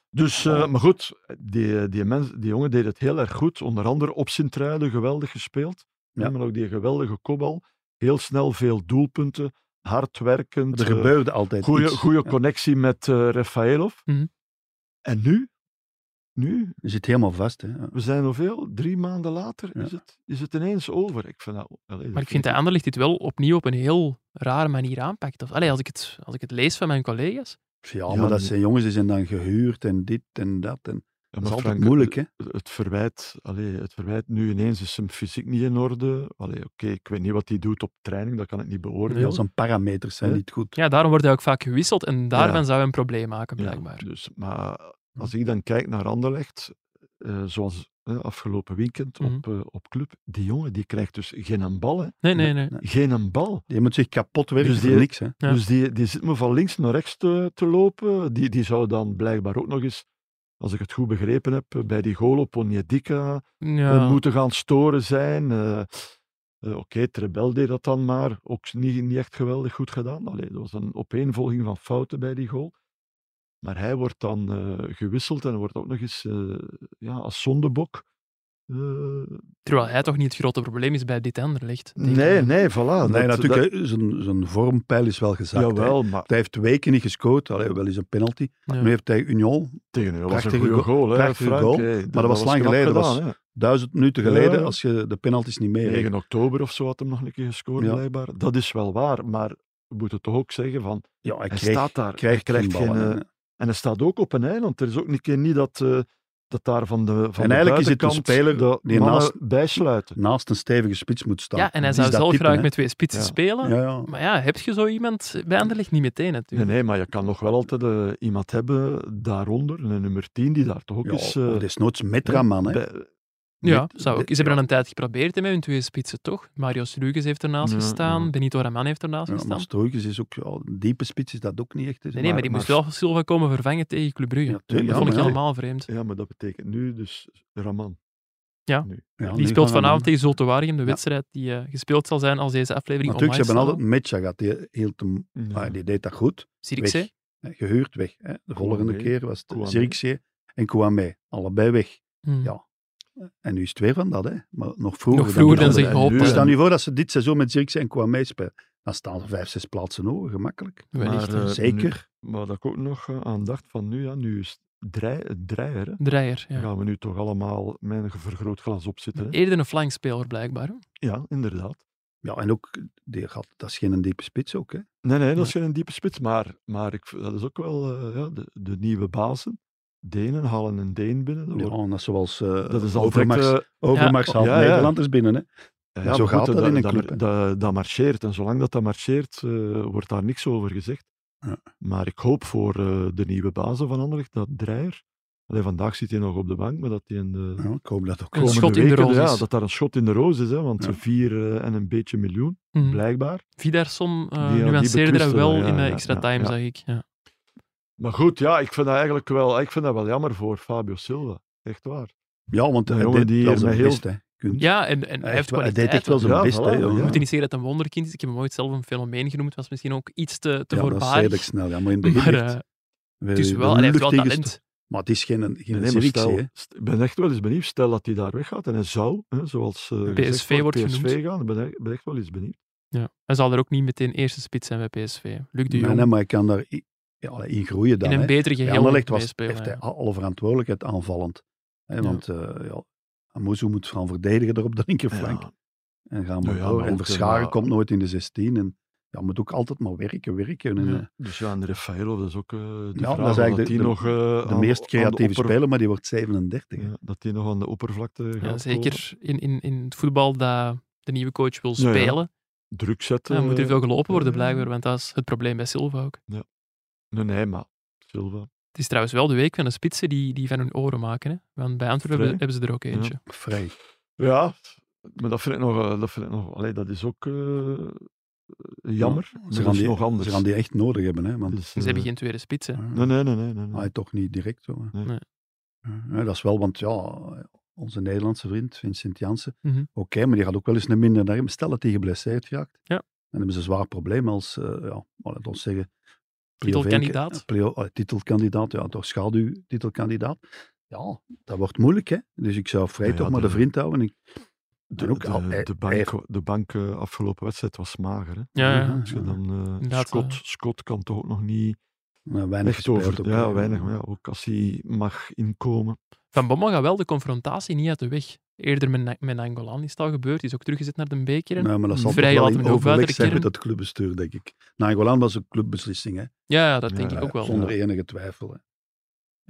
D: Ja. Dus,
A: Oh.
D: eh, maar goed, die, die, mens, die jongen deed het heel erg goed. Onder andere op Sint-Truiden geweldig gespeeld.
C: Ja.
D: Ja. Maar ook die geweldige kopbal. Heel snel veel doelpunten. Hard werkend.
C: Er
D: eh,
C: gebeurde altijd
D: goeie-
C: iets.
D: Goede
C: Ja,
D: connectie met eh Rafaelov.
A: Mhm.
D: En nu? Nu?
C: je zit helemaal vast. Hè. Ja.
D: We zijn hoeveel? Drie maanden later
C: Ja.
D: is, het, is het ineens over. Ik vind dat, allee, dat
A: Maar ik vind dat
D: ik-
A: Anderlicht dit wel opnieuw op een heel rare manier aanpakt. Of, allee, als, ik het, als ik het lees van mijn collega's.
C: Ja,
D: Ja,
C: maar dat
D: nee.
C: zijn jongens die zijn dan gehuurd en dit en dat. En,
D: Ja,
C: dat is
D: maar
C: altijd
D: Frank,
C: moeilijk, hè.
D: het verwijt, allee, het verwijt nu ineens is zijn fysiek niet in orde. Allee, oké, ik weet niet wat hij doet op training, dat kan ik niet beoordelen.
C: Ja, zijn parameters zijn
D: Ja.
C: niet goed.
A: Ja, daarom wordt hij ook vaak gewisseld en daarvan
D: Ja.
A: zou hij een probleem maken,
D: Ja,
A: blijkbaar.
D: dus, maar als ik dan kijk naar Anderlecht, eh, zoals eh, afgelopen weekend op, eh, op club, die jongen die krijgt dus geen een bal, hè.
A: Nee, nee, nee.
D: Geen een bal.
C: Je moet zich kapot werken
D: Dus
C: voor
D: die-
C: niks. Hè.
A: Ja.
D: Dus die, die zit me van links naar rechts te, te lopen. Die, die zou dan blijkbaar ook nog eens, als ik het goed begrepen heb, eh, bij die goal op Onyedika eh,
A: Ja.
D: moeten gaan storen zijn. eh, eh, Oké, Trebel deed dat dan maar. Ook niet, niet echt geweldig goed gedaan. Allee, dat was een opeenvolging van fouten bij die goal. Maar hij wordt dan eh, gewisseld en wordt ook nog eens eh, ja, als zondebok. eh,
A: Terwijl hij toch niet het grote probleem is bij dit Anderlicht. denk
D: nee,
A: ik.
D: nee, voilà.
C: nee,
D: dat-
C: natuurlijk, hè, zijn, zijn vormpeil is wel gezakt.
D: dat-
C: hè.
D: jawel, maar
C: Hij heeft weken niet gescoord, allee, wel eens een penalty.
A: Ja.
C: Nu heeft hij Union,
D: tegen u was een
C: prachtige
D: goede
C: goal,
D: goal. Hè,
C: prachtige
D: Frank,
C: goal,
D: hè.
C: maar dat was lang
D: knap
C: geleden, dat
D: gedaan,
C: was-
D: hè.
C: duizend minuten
D: Ja,
C: geleden,
D: ja.
C: als je de penalties niet meerekent.
D: 9 oktober of zo had hem nog een keer gescoord,
C: Ja.
D: blijkbaar. Dat is wel waar, maar we moeten toch ook zeggen van...
C: Ja, hij,
D: Hij
C: kreeg-
D: staat daar,
C: krijgt
D: hij krijgt
C: geen ballen,
D: geen, eh,
C: hè.
D: En hij staat ook op een eiland. Er is ook een keer niet dat, eh, dat daar van de van
C: En
D: de
C: eigenlijk is het een
D: buitenkant
C: speler
D: de
C: die
D: mannen
C: naast-
D: bijsluiten.
C: Naast een stevige spits moet staan.
A: Ja, en hij
C: Die
A: zou
C: is dat
A: zelf
C: type,
A: graag
C: hè.
A: met twee spitsen
D: Ja.
A: spelen.
C: Ja, ja.
A: Maar ja, heb je zo iemand bij Anderlecht? Niet meteen
D: Nee,
A: natuurlijk.
D: nee, maar je kan nog wel altijd eh, iemand hebben daaronder, een nummer 10, die daar toch ook
C: Ja, oh,
D: is...
C: of
D: eh,
C: desnoods Metraman, hè.
D: bij-
A: Ja,
D: met-
A: zou ook. Ze
D: de-
A: hebben dan een tijd geprobeerd hè, met hun twee spitsen, toch? Mario Ruges heeft ernaast
D: Ja,
A: gestaan,
D: ja.
A: Benito Raman heeft ernaast
C: Ja, maar
A: gestaan.
C: Stoikens is ook... Ja, een diepe spits is dat ook niet echt. hè.
A: Nee, nee, maar die moest wel Silva komen vervangen tegen Club Brugge.
C: Ja,
A: dat
C: tuurlijk,
A: vond ik
C: ja, maar ja.
A: helemaal vreemd.
D: Ja, maar dat betekent nu dus Raman.
A: Ja.
D: Nu.
C: Ja,
A: Die
C: nu
A: speelt
C: gaan we
A: vanavond
C: dan-
A: tegen Zulte Waregem, de wedstrijd die eh, gespeeld zal zijn als deze aflevering
C: Natuurlijk, ze
A: online
C: hebben
A: staat.
C: altijd Metja gehad. Die, hield hem,
D: Ja.
C: ah, die deed dat goed.
A: Zirkzee.
C: Weg. Hè, Gehuurd weg. Hè. De volgende
D: Kouame.
C: keer was het
D: Kouame.
C: Zirkzee en Kouame. Allebei weg.
A: Hmm.
C: Ja. En nu is het weer van dat, hè. Maar nog vroeger,
A: Nog vroeger
C: die
A: dan ze
C: anderen.
A: gehoopt
D: nu-
A: hadden.
C: Stel nu voor dat ze dit seizoen met Zirkzee en Kouame spelen. Dan staan er vijf, zes plaatsen hoger, gemakkelijk.
A: Wellicht.
D: Maar,
A: hè.
D: eh,
C: Zeker.
D: Maar dat ik ook nog eh, aan dacht van nu, ja, nu is het draai- het draaier. hè.
A: Dreyer, ja.
D: Gaan we nu toch allemaal met een vergrootglas opzitten? hè?
A: Eerder een flankspeler blijkbaar. Hm. hè.
D: Ja, inderdaad.
C: Ja, en ook, die gaat, dat is geen diepe spits ook, hè.
D: Nee, nee, dat is geen diepe spits, maar, maar ik, dat is ook wel eh, ja, de, de nieuwe bazen. Denen halen een Deen binnen. Dat, wordt-
C: Ja, en dat is zoals
D: dat is altijd...
C: Overmars.
D: eh,
C: Overmars
A: Ja.
C: haalt
D: Ja, ja.
C: Nederlanders binnen, hè.
D: ja,
C: zo
D: maar
C: gaat
D: goed, eh,
C: dat in een
D: dat,
C: club, hè.
D: dat- dat marcheert. En zolang dat dat marcheert, eh, wordt daar niks over gezegd.
C: Ja.
D: Maar ik hoop voor eh, de nieuwe bazen van Anderlecht, dat Dreyer... Allee, vandaag zit hij nog op de bank, maar dat hij in de
C: Ja, ik hoop dat ook.
A: Een
D: komende
A: schot in de
D: weken...
A: roos
D: ja,
A: is.
D: dat daar een schot in de roos is, hè, want
C: Ja. Hm.
D: ze vier eh, en een beetje miljoen,
A: Mhm.
D: blijkbaar.
A: Vidarsson eh,
D: Die- die
A: nuanceerde dat
D: betwisten
A: wel
D: dat, ja,
A: in de
D: ja,
A: extra
D: ja,
A: time,
D: ja.
A: zag ik. Ja.
D: Maar goed, ja, ik vind dat eigenlijk wel, ik vind dat wel jammer voor Fabio Silva. Echt waar.
C: Ja, want
D: Een
C: hij
D: jongen
C: deed
D: die
C: wel
D: hier
C: zijn
D: met heel-
C: best, hè. Kunt-
A: Ja, en, en hij heeft
C: echt wel- hij deed
A: kwaliteit.
C: echt wel
A: hoor.
C: zijn
D: Ja,
C: best, hè.
D: voilà,
C: ja.
D: ja.
A: We moeten niet zeggen dat het een wonderkind is. Ik heb hem ooit zelf een fenomeen genoemd. was misschien ook iets te, te
C: Ja, dat is
A: voorbarig.
C: redelijk snel. Ja, maar in het begin
A: Maar
C: echt-
A: eh,
C: we-
A: het is
C: we
A: wel, en hij heeft wel
C: lullig tegen Sto-
A: talent.
C: Maar het is geen, geen
D: Nee, maar
C: Zirkzee,
D: stel-
C: hè.
D: st- ik ben echt wel eens benieuwd. Stel dat hij daar weggaat en hij zou, hè, zoals eh, gezegd
A: PSV wordt
D: PSV
A: genoemd.
D: gaan. Ik ben, echt- ben echt wel eens benieuwd.
A: Ja. Hij zal er ook niet meteen eerste spits zijn bij PSV. Luc de
C: Nee,
A: Jong
C: nee, maar hij kan daar i- ja, allee, in groeien dan.
A: in een
C: hè.
A: beter
C: Bij
A: geheel
C: Anderlecht was,
A: meespelen.
C: heeft
A: ja.
C: hij alle verantwoordelijkheid aanvallend. Hè,
A: Ja.
C: Want eh ja, Amouzou moet gaan verdedigen daar op de linkerflank.
D: Ja.
C: En gaan
D: Nou
C: maar
D: ja,
C: door.
D: maar
C: en
D: ook, eh,
C: Verscharen
D: maar-
C: komt nooit in de 16. En ja, moet ook altijd maar werken, werken. En,
A: Ja.
C: eh,
D: Dus ja, en Rafael, dat is ook eh, de
C: Ja,
D: vraag
C: dat is
D: of
C: eigenlijk
D: dat
C: de-
D: die
C: de-
D: nog, eh,
C: de
D: aan-
C: meest
D: aan
C: creatieve
D: opper-
C: speler, maar die wordt 37. hè.
D: Ja, dat die nog aan de oppervlakte gaat
A: Ja,
D: eh, komen.
A: zeker in, in, in het voetbal dat de nieuwe coach wil
D: Ja, ja.
A: spelen,
D: Druk
A: ja,
D: zetten.
A: moet er veel gelopen worden
D: eh,
A: blijkbaar, want dat is het probleem bij Silva ook.
D: Nee, nee, maar Silva.
A: Het is trouwens wel de week van de spitsen die, die van hun oren maken. Hè? Want bij Antwerpen hebben,
D: Vrij.
A: hebben ze er ook eentje.
C: Vrij.
D: Ja, maar dat vind ik nog... eh, Dat, vind ik nog, allee, dat is ook eh, jammer. maar
C: Ze
D: dat
C: gaan,
D: is
C: die,
D: nog anders.
C: ze gaan die echt nodig hebben. Hè, want,
D: Dus,
A: Ze hebben
D: eh,
A: geen tweede spits. Hè?
C: eh,
D: Nee, nee, nee. nee, nee, nee.
C: hij toch niet direct. Zo, hè.
D: Hmm. Nee.
A: Nee.
C: Ja, dat is wel, want ja, onze Nederlandse vriend Vincent Jansen,
A: Mhm.
C: oké, maar die gaat ook wel eens een minder naar hem. Stel dat hij geblesseerd raakt,
A: Ja.
C: dan hebben ze een zwaar probleem als, eh ja, maar laat ons zeggen...
A: Titelkandidaat.
C: Play- eh, titelkandidaat, ja, toch schaduwtitelkandidaat. Ja, dat wordt moeilijk, hè. Dus ik zou vrij
D: Nou Ja,
C: toch
D: ja,
C: maar de
D: de-
C: vriend houden. Ik,
D: De,
C: En ook
D: de,
C: al- eh, hij-
D: de
C: hij
D: bank,
C: heeft-
D: de bank eh, afgelopen wedstrijd was mager. Hè?
A: Ja, ja.
C: Ja.
D: Als je dan, eh,
A: Inderdaad,
D: Scott,
A: eh.
D: Scott kan toch ook nog niet
C: nou, weinig
D: echt
C: gespeeld
D: over.
C: ook,
D: Ja,
C: hè.
D: weinig. Maar ja, ook als hij mag inkomen.
A: Van Bommel gaat wel de confrontatie niet uit de weg. Eerder met, Na- met Angolan is het al gebeurd. Die is ook teruggezet naar de beker.
C: Nee, maar dat zal
A: Vrij
C: toch wel
A: laten
C: in
A: we de hoofdwaarder
C: overleg zijn met
A: keren.
C: het clubbestuur, denk ik. Nangolan was een clubbeslissing, hè.
A: Ja, dat denk
D: Ja,
A: ik
D: ja.
A: ook wel.
C: Zonder enige twijfel. Hè.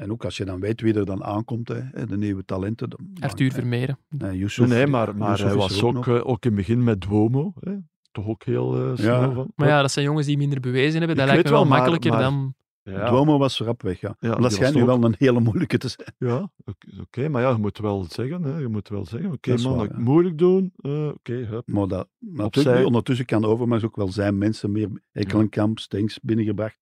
C: En ook als je dan weet wie er dan aankomt, hè, hè, de nieuwe talenten. dan-
A: Arthur
C: dan-
A: Vermeeren.
C: Nee,
D: Nee,
C: Yusuf-
D: nee, maar, maar
C: Yusuf
D: hij
C: is er
D: was ook,
C: nog.
D: eh, ook in het begin met Duomo. Hè? Toch ook heel eh, snel van.
A: Maar ja, dat zijn jongens die minder bewezen hebben. Dat
D: Ik
A: lijkt me wel
D: weet wel, maar-
A: makkelijker
D: maar-
A: dan...
D: eh, ja,
C: Duomo was rap weg, ja.
D: Ja,
C: Maar
D: die
C: dat
D: was
C: schijnt nu
D: ook-
C: wel een hele moeilijke te zijn.
D: Ja, oké, oké, maar ja, je moet wel zeggen, hè, je moet wel zeggen, oké
C: Dat is
D: man,
C: waar,
D: dat
C: ja.
D: moeilijk doen, eh, oké, hup.
C: Maar dat, natuurlijk,
D: Opzij.
C: ondertussen kan Overmars ook wel zijn mensen meer. Ekelenkamp, Stenks binnengebracht.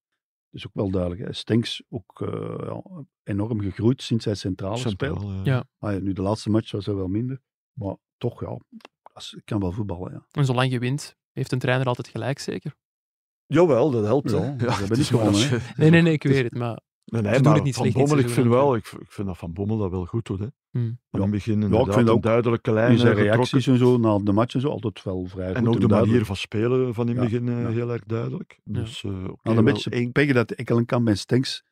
C: Dat is ook wel duidelijk. Hè. Stenks ook eh, ja, enorm gegroeid sinds hij centraal speelt.
D: Centraal, eh.
A: Ja.
C: Ah, ja, nu de laatste match was hij wel minder. Maar toch, ja, dat is- kan wel voetballen. Ja.
A: En zolang je wint, heeft een trainer altijd gelijk, zeker?
D: Jawel, dat helpt. hè.
C: Ja, ze hebben
D: het
C: niet
D: is gewoon
C: gewonnen,
D: als
C: hè.
D: je-
A: Nee, nee, nee, ik weet het. Maar
D: Nee, nee,
A: Ze doen
D: maar
A: het niet
D: Van
A: slecht dit
D: Bommel, ik
A: seizoen,
D: vind,
A: hè.
D: wel, ik, v- ik vind dat Van Bommel dat wel goed doet. Hè.
A: Hmm.
D: Van in het begin
C: ik
D: inderdaad
C: vind
D: een
C: ook-
D: duidelijke
C: En
D: lijn.
C: zijn
D: eh, getrokken.
C: reacties en zo na de match en zo altijd wel vrij goed.
D: En ook de
C: duidelijk.
D: manier van spelen van in het
C: Ja,
D: begin eh,
C: ja.
D: heel erg duidelijk. Dus, eh oké,
C: Had
D: wel
C: een beetje
D: één-
C: pech dat Ekkelenkamp en Stenks,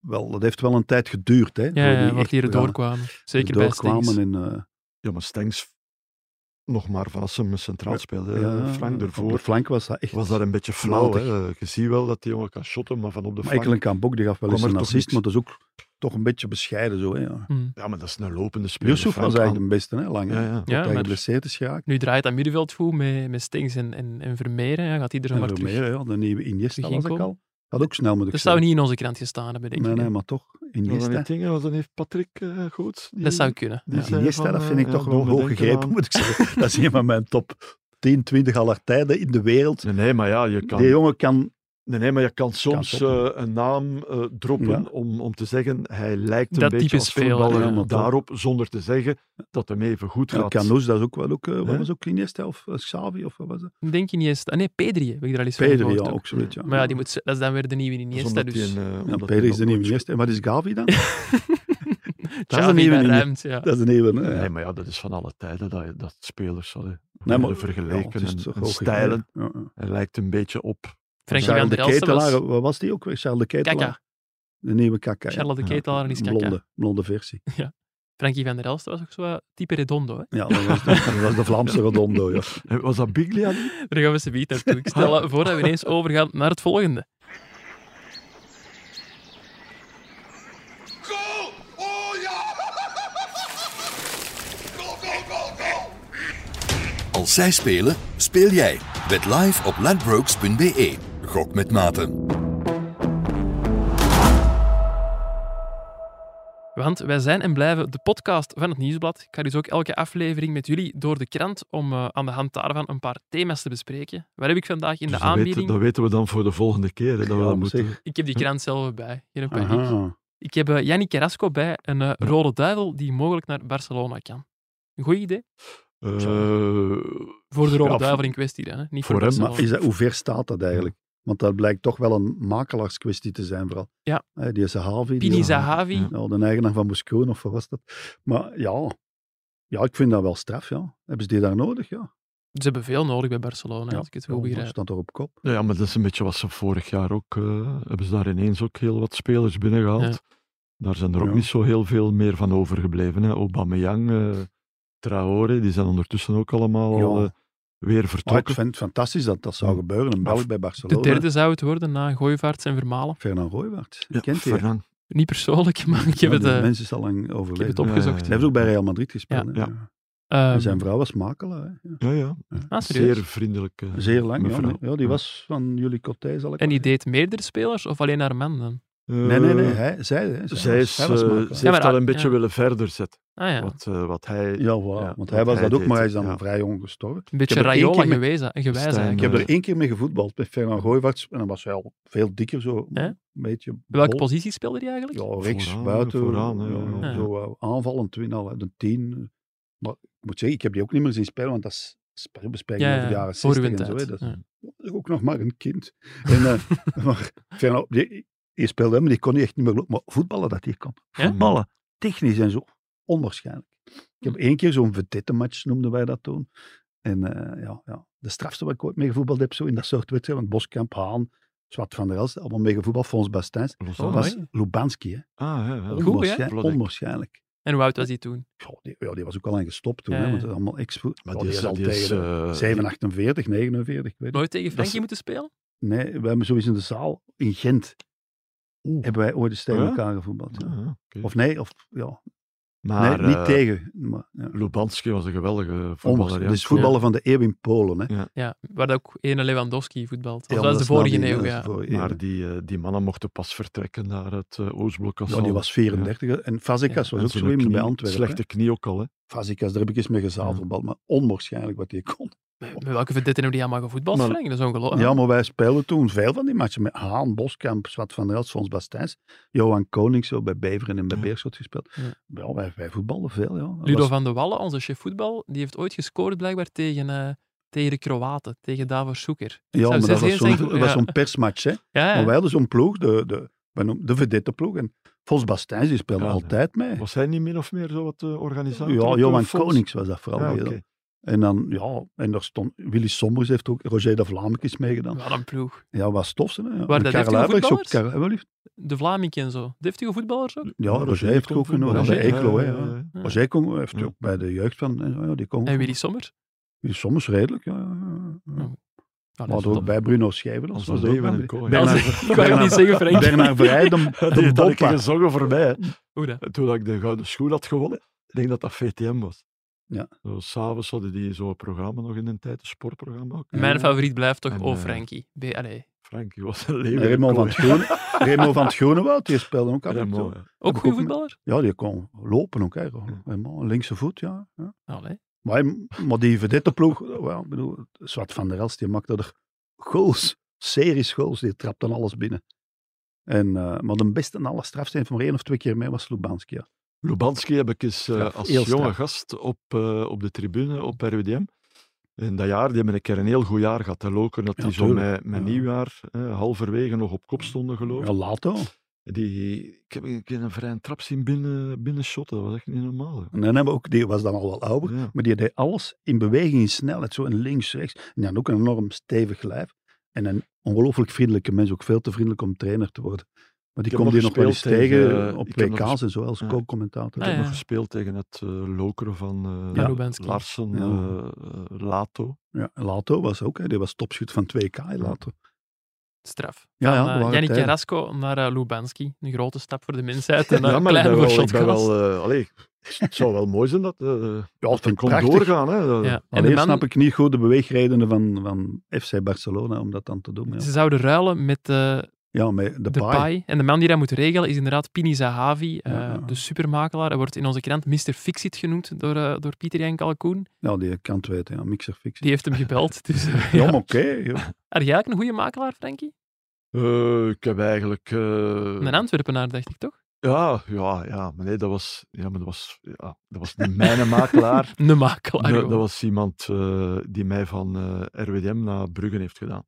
C: wel, dat heeft wel een tijd geduurd. Hè,
A: ja,
C: voor
A: ja,
C: die
A: wat
C: echt
A: hier
C: te gaan-
A: doorkwamen. Zeker bij
C: doorkwamen
A: Stengs.
C: en, eh,
D: Ja, maar Stengs nog maar van als ze hem centraal speelde.
C: Ja,
D: Frank
C: Op de
D: ervoor
C: flank was dat echt...
D: was dat een beetje flauw.
C: matig.
D: Hè? Eh, Je ziet wel dat die jongen kan shotten, maar van op de
C: Maar
D: flank...
C: Ekelen Kambok, die gaf wel eens
D: kwam
C: een
D: er toch
C: assist,
D: niks.
C: maar dat is ook toch een beetje bescheiden zo. Hè, ja.
A: Hm.
D: Ja, maar dat is een lopende speler.
C: Yusuf was
D: Frank
C: eigenlijk de beste, hè, lang.
D: kan- Ja, ja.
C: Ja,
A: Ja,
C: hij
A: maar-
C: geblesseerd is geraakt.
A: Nu draait dat middenveld goed met, met Stings en, en, en Vermeeren. Ja, gaat iedereen
C: En
A: maar terug.
C: Vermeer, ja, de nieuwe Iniesta
A: terug
C: was ik
A: inkomen.
C: al. Had ook snel met de
A: Dat zou niet in onze krant gestaan hebben, denk
C: Nee,
A: ik.
C: nee, maar toch.
D: Maar dan
C: Iniesta.
D: die dingen, als dan heeft Patrick eh goed.
A: Dat zou kunnen.
D: die
A: Ja.
D: zijn-
C: Iniesta,
D: van,
C: dat
D: eh,
C: vind ik
D: ja,
C: toch wel hoog
D: doorgedenken
C: gegrepen,
D: aan-
C: moet ik zeggen. Dat is een van mijn top 10, 20 aller tijden in de wereld.
D: Nee, nee, maar ja, je kan,
C: Die jongen kan... eh,
D: nee, nee, maar je kan soms
C: Kan
D: eh, een naam eh, droppen
C: Ja.
D: om, om te zeggen, hij lijkt een
A: Dat
D: beetje
A: type
D: als
A: speler,
D: voetballer
C: ja.
D: daarop, zonder te zeggen dat hem even goed
C: Ja,
D: gaat.
C: Canoes, dat is ook wel ook... eh, wat
D: Ja.
C: was ook Iniesta of eh, Xavi of wat was dat?
A: Denk je niet eens... Ah, nee, Pedri heb ik er al eens van
C: Pedri,
A: gehoord
C: ja,
A: ook.
C: ook zoiets, ja.
A: Maar ja, die moet, dat is dan weer de nieuwe Iniesta.
D: Zonder die
A: Dus
D: een, eh,
C: Ja,
D: omdat
C: Pedri
D: die
C: is de
D: een
C: nieuwe
D: goed-
C: Iniesta. En wat is Gavi dan?
A: Xavi daar
C: een nieuwe Iniesta.
A: ruimt, ja.
C: Dat is een nieuwe, eh, hè.
D: Nee, maar ja, dat is van alle tijden dat, je- dat spelers hadden
C: Nee, maar- Ja,
D: vergeleken
C: het is
D: en,
C: toch
D: en
C: hoog gegrepen.
D: stijlen.
C: Ja, ja.
D: Hij lijkt een beetje op.
A: Frankie
C: Charles
A: van
C: de
A: der Elst
C: Ketelaar,
A: was...
C: wat was die ook weer? Charles de Ketelaar.
A: Kaka.
C: De nieuwe Kaka. ja.
A: Charles de Ketelaar en is Kaka.
C: Blonde, blonde versie.
A: Frankie van der Elst was ook zo wat type Redondo. Hè.
C: Ja, dat was de, dat was de Vlaamse Rodondo. Ja.
D: Eh, Was dat Biglia? niet?
A: Daar gaan we ze bieden naartoe. Ik stel eh, voor dat we ineens overgaan naar het volgende.
B: Goal! Oh ja! Goal, goal, goal, goal!
G: Als zij spelen, speel jij. Bet live op ladbrokes.be. E. Gok met maten.
A: Want wij zijn en blijven de podcast van het Nieuwsblad. Ik ga dus ook elke aflevering met jullie door de krant om eh, aan de hand daarvan een paar thema's te bespreken. Waar heb ik vandaag in
D: Dus
A: de
D: dat, weten,
A: aanbieding?
D: dat weten we dan voor de volgende keer. Hè, dat we
C: Ja,
D: dat
C: maar
D: moeten...
C: zeg.
A: Ik heb die krant zelf bij. Geen paniek.
C: Hm? Aha.
A: Ik heb eh, Yannick Carrasco bij, een eh, rode duivel die mogelijk naar Barcelona kan. Een goed idee.
D: Eh,
A: Voor de rode
D: Ja,
A: duivel in kwestie dan, hè? niet voor,
D: voor hem,
A: Barcelona.
C: Maar is dat, hoe ver staat dat eigenlijk? Want dat blijkt toch wel een makelaarskwestie te zijn vooral.
A: Ja.
C: Hè, die Sahavi. die-
A: Pini Zahavi.
D: Ja.
C: Ja, de eigenaar van Moskou of wat was dat? Maar ja, ja, ik vind dat wel straf. Ja. Hebben ze die daar nodig? Ja.
A: Ze hebben veel nodig bij Barcelona, als ik het goed
C: Ja,
A: begrijp.
C: dat staat toch op kop.
D: Ja, maar dat is een beetje wat ze vorig jaar ook... eh, hebben ze daar ineens ook heel wat spelers binnengehaald. Daar zijn er ook
C: Ja.
D: niet zo heel veel meer van overgebleven. Hè. Aubameyang, eh, Traoré, die zijn ondertussen ook allemaal
C: Ja.
D: al, eh, weer
C: Maar ik
D: vertrokken.
C: vind het fantastisch dat dat zou gebeuren. Een Belg bij
A: De
C: Barcelona.
A: derde zou het worden na Gooivaarts en Vermalen.
C: Fernand Roywaerts. Je
D: Ja,
C: kent die.
D: Ferran.
A: Niet persoonlijk, maar ik heb
C: Ja,
A: het,
C: die
A: eh,
C: mens is al lang
A: ik heb
C: overleden.
A: het opgezocht.
D: Ja,
C: Hij heeft ook bij Real Madrid gespeeld.
D: Ja.
C: hè.
A: Ehm,
C: En zijn vrouw was makelaar. hè. Ja.
D: Ja, ja.
A: ah, serieus?
D: Zeer vriendelijk. eh,
C: Zeer lang, ja,
D: mevrouw.
C: nee. ja. Die was van jullie Cotij, zal ik
A: En die
C: maar zeggen.
A: deed meerdere spelers of alleen haar man dan?
C: Nee, nee, nee.
D: Eh,
C: Hij, zij, hè. zij,
D: Zij, is,
C: hij
D: eh,
C: was
D: ze
C: makelaar.
D: heeft
A: Ja, maar
D: dat
A: dat-
D: een beetje
A: ja.
D: willen verder zetten.
A: Ah ja,
D: Wat, eh, wat hij...
C: Ja, voilà.
D: Ja,
C: want hij was
D: hij
C: dat ook,
D: deed
C: maar hij is
D: het,
C: dan
D: ja.
C: vrij jong gestorven.
A: een beetje
C: heb er één
A: Rayola
C: keer met-
A: gewezen, gewijs
D: Stijn,
A: eigenlijk.
C: Ik heb
D: Eh.
C: er één keer mee gevoetbald met Fernand Gooivaerts. En dan was hij al veel dikker, zo
A: Hè?
C: een beetje...
A: Welke
C: bol.
A: positie speelde hij eigenlijk?
C: Ja, rechts,
D: Vooraan,
C: buiten.
D: vooraan, hè,
C: ja,
D: ja,
A: ja.
C: Zo eh, aanvallend, twin al, hè, de tien. Maar ik moet zeggen, ik heb die ook niet meer zien spelen, want dat is spe- bespreking
A: Ja,
C: over de
A: ja,
C: jaren
A: voor uw
C: 60 en zo.
A: tijd.
C: hè. Dat is
A: Ja.
C: ook nog maar een kind. En, eh, maar Fernand, die, die speelde hem, die kon niet echt niet meer lopen. Maar voetballen dat hij kon.
A: Ja?
C: Voetballen, technisch en zo, onwaarschijnlijk. Ik
D: Hm.
C: heb één keer zo'n vedette-match, noemden wij dat toen. En eh, ja, ja, de strafste wat ik ooit mee gevoetbald heb, zo in dat soort wedstrijden, want Boskamp, Haan, Zwart van der Elst, allemaal mee gevoetbald, Fons Bastijns,
D: Lozano.
C: was Lubanski, hè.
D: Ah, ja, ja.
A: Goed,
C: Onwaarschijn-
D: hè?
C: onwaarschijnlijk.
A: En hoe oud was hij toen?
C: Goh, die, ja, die was ook al aan gestopt toen,
A: Ja,
C: hè,
A: ja.
C: want dat is allemaal ex Maar
D: Maar
C: die,
D: die
C: is
D: is,
C: al
D: die is,
C: tegen de
D: eh,
C: 7, 48, 49, ik weet het.
A: Nooit tegen
D: Dat
A: Frankie
D: is-
A: moeten spelen?
C: Nee, we hebben sowieso in de zaal in Gent, hebben wij ooit eens tegen
D: Ja?
C: elkaar gevoetbald. ja.
D: ja, Ah, ja, oké.
C: Of nee, of ja,
D: Maar,
C: nee, niet
D: eh,
C: tegen. Maar, ja.
D: Lubanski was een geweldige voetballer.
C: Onwaarschijnlijk.
D: Ja.
C: Dus voetballen van de eeuw in Polen, hè.
A: Ja, waar dat ook ene Lewandowski voetbalt. Of
C: Ja,
A: dat was de
C: na
A: vorige
C: die-
A: eeuw,
C: dat
A: ja.
C: is de vorige eeuw.
D: Maar die, eh, die mannen mochten pas vertrekken naar het eh, Oostblok. als
C: Ja,
D: al-
C: die was 34. En Fazekas
A: Ja,
C: was
D: en
C: ook
D: zo'n
C: zo iemand bij
D: knie-
C: Antwerpen.
D: Slechte
C: hè.
D: knie ook al. Hè.
C: Fazekas, daar heb ik eens mee
D: Ja.
C: gezadelbald, maar onwaarschijnlijk wat die kon.
A: Met welke vedetten hebben die allemaal gevoetbald,
D: Maar-
A: Frank? Dat is ongelooflijk.
C: Ja, maar wij speelden toen veel van die matchen. Met Haan, Boskamp, Zwart van der Elst, Fons Bastijns, Johan Konings, zo bij Beveren en bij
D: Ja.
C: Beerschot gespeeld.
A: Ja.
C: Ja, wij, wij voetballen veel, ja. Dat
A: Ludo
C: was-
A: van de Wallen, onze chef voetbal, die heeft ooit gescoord blijkbaar tegen, eh, tegen de Kroaten, tegen Davor Soeker.
C: ja, maar dat was
A: 6-1
C: zo'n
A: zijn-
C: dat was
A: ja.
C: zo'n persmatch, hè.
A: Ja,
C: Maar
A: ja.
C: wij hadden zo'n ploeg, de, de, wij noemen- de vedette ploeg. En Fons Bastijns, die speelde
D: Ja,
C: altijd mee.
D: Was hij niet min of meer zo wat eh, organisator?
C: Ja,
D: op, eh,
C: Johan
D: Fons?
C: Konings was dat vooral.
D: Ja,
C: die,
D: oké.
C: ja. En dan, ja, en daar stond Willy Sommers heeft ook Roger de Vlaamik is meegedaan.
A: Wat een ploeg.
C: Ja, was tof, hè. Ja.
A: Waar dat
C: En Karel
A: heeft hij
C: Huibrechts ook.
A: voetballers?
C: Karel- hebben jullie-
A: De Vlaming en zo. Deftige voetballers ook.
C: Ja, Roger heeft ook
D: komt
C: genomen.
D: voetballen.
C: Bij Eeklo, hè.
D: ja,
C: ja.
D: ja, ja.
A: Ja.
C: José Congo heeft
D: Ja.
C: ook bij de jeugd van... eh, Ja, die Congo.
A: En Willy Sommer.
C: Soms redelijk, ja. ja, ja, ja.
A: Nou,
C: Maar
A: dat is
C: ook
A: top.
C: bij Bruno Schijven.
D: Als
C: Dat
D: we
C: was er ook
D: leven in
C: bij.
D: een kooi.
A: Dat
C: Bernard-
A: is- ik wou het niet zeggen, Frank.
C: Bernard Vrij, de,
D: Die
C: de
D: had ik
C: boppa.
D: gezongen voor mij. hè.
A: Hoe dat?
D: En Toen ik de gouden schoen had gewonnen, ik denk dat dat VTM was.
C: Ja.
D: Zo, S'avonds hadden die zo'n programma nog in een tijd, een sportprogramma ook.
A: Mijn favoriet blijft toch
D: En,
A: Oh
D: eh,
A: Frankie. B- allee.
D: Frankie was een leeuw. in een
C: Remo van,
D: kooi.
C: het Groen, Remo van het Groenewoud, die speelde ook altijd.
D: Raymond,
C: zo.
D: ja.
A: Ook
C: ik
A: goede
C: ook
A: voetballer?
C: Ja, die kon lopen ook. Hè. Raymond, linkse voet, ja. ja.
A: Allee.
C: Maar, hij- maar die verdette ploeg, wel, ik bedoel, Zwart van der Els, die maakte er goals, series goals, die trapte alles binnen. En, eh, maar de beste en alle strafsteen van maar één of twee keer mee was Lubanski. Ja.
D: Lubanski heb ik eens eh,
C: Ja,
D: als
C: heel
D: jonge
C: straf.
D: gast op, eh, op de tribune op RWDM. En dat jaar, die hebben een keer een heel goed jaar gehad. Hè, Loker, dat
C: Ja,
D: die zo
C: tuurlijk.
D: met, met
C: Ja.
D: nieuwjaar eh, halverwege nog op kop stonden, geloof ik.
C: Ja, Lato.
D: Die, ik heb een keer een vrije trap zien binnen, binnenshotten. Dat was echt niet normaal. hè.
C: En dan hebben we ook, die was dan al wel ouder,
D: Ja.
C: maar die deed alles in beweging, in snelheid, zo in links, rechts. En dan ook een enorm stevig lijf. En een ongelooflijk vriendelijke mens, ook veel te vriendelijk om trainer te worden. Maar die komt
D: heb nog
C: hier nog wel eens
D: gespeeld
C: tegen
D: tegen, eh,
C: op
D: ik heb nog
C: WK's en zo, als
D: ja.
C: co-commentator.
D: Ik
A: Ah,
D: heb
A: ja.
D: nog gespeeld tegen het eh, Lokeren van eh,
A: Ja, Lubanski.
D: Larsen,
C: Ja.
D: eh, eh, Lato.
C: Ja, Lato was ook, hè. die was topschut van 2K, Lato.
A: Straf.
C: Ja, ja,
A: Van, eh,
C: dat waren
A: Yannick
C: tijden.
A: Carrasco naar eh, Lubanski. Een grote stap voor de mensheid. En
D: ja,
A: een
D: maar ik
A: klein
D: ben
A: voor
D: wel, ik ben
A: Shotcast.
D: wel eh, allee, het zou wel mooi zijn dat, eh
C: Ja, ik
D: dat
C: vind
D: kon
C: het prachtig.
D: doorgaan. Hè. Dat-
A: Ja. En de
C: Alleen
A: man,
C: snap ik niet goed de beweegredenen van, van FC Barcelona om dat dan te doen. Ja,
A: ze zouden ruilen met eh,
C: ja maar de
A: de
C: paai.
A: paai. En de man die dat moet regelen is inderdaad Pini Zahavi, eh,
C: Ja.
A: de supermakelaar. Hij wordt in onze krant Mr. Fixit genoemd door, eh, door Pieter Jan Kalkoen.
C: Ja, die kan het weten, ja, mixerfictie.
A: Die heeft hem gebeld. Dus, eh,
C: Ja,
A: ja.
C: maar oké. ja.
A: Had jij eigenlijk een goede makelaar, Frankie?
D: Eh, ik heb eigenlijk... eh,
A: Een Antwerpenaar, dacht ik toch?
D: Ja, ja, ja. Maar nee, dat was, ja, maar dat was, ja, dat was niet mijn makelaar.
A: Een makelaar.
D: Dat,
A: gewoon.
D: dat was iemand eh, die mij van eh, RWDM naar Brugge heeft gedaan.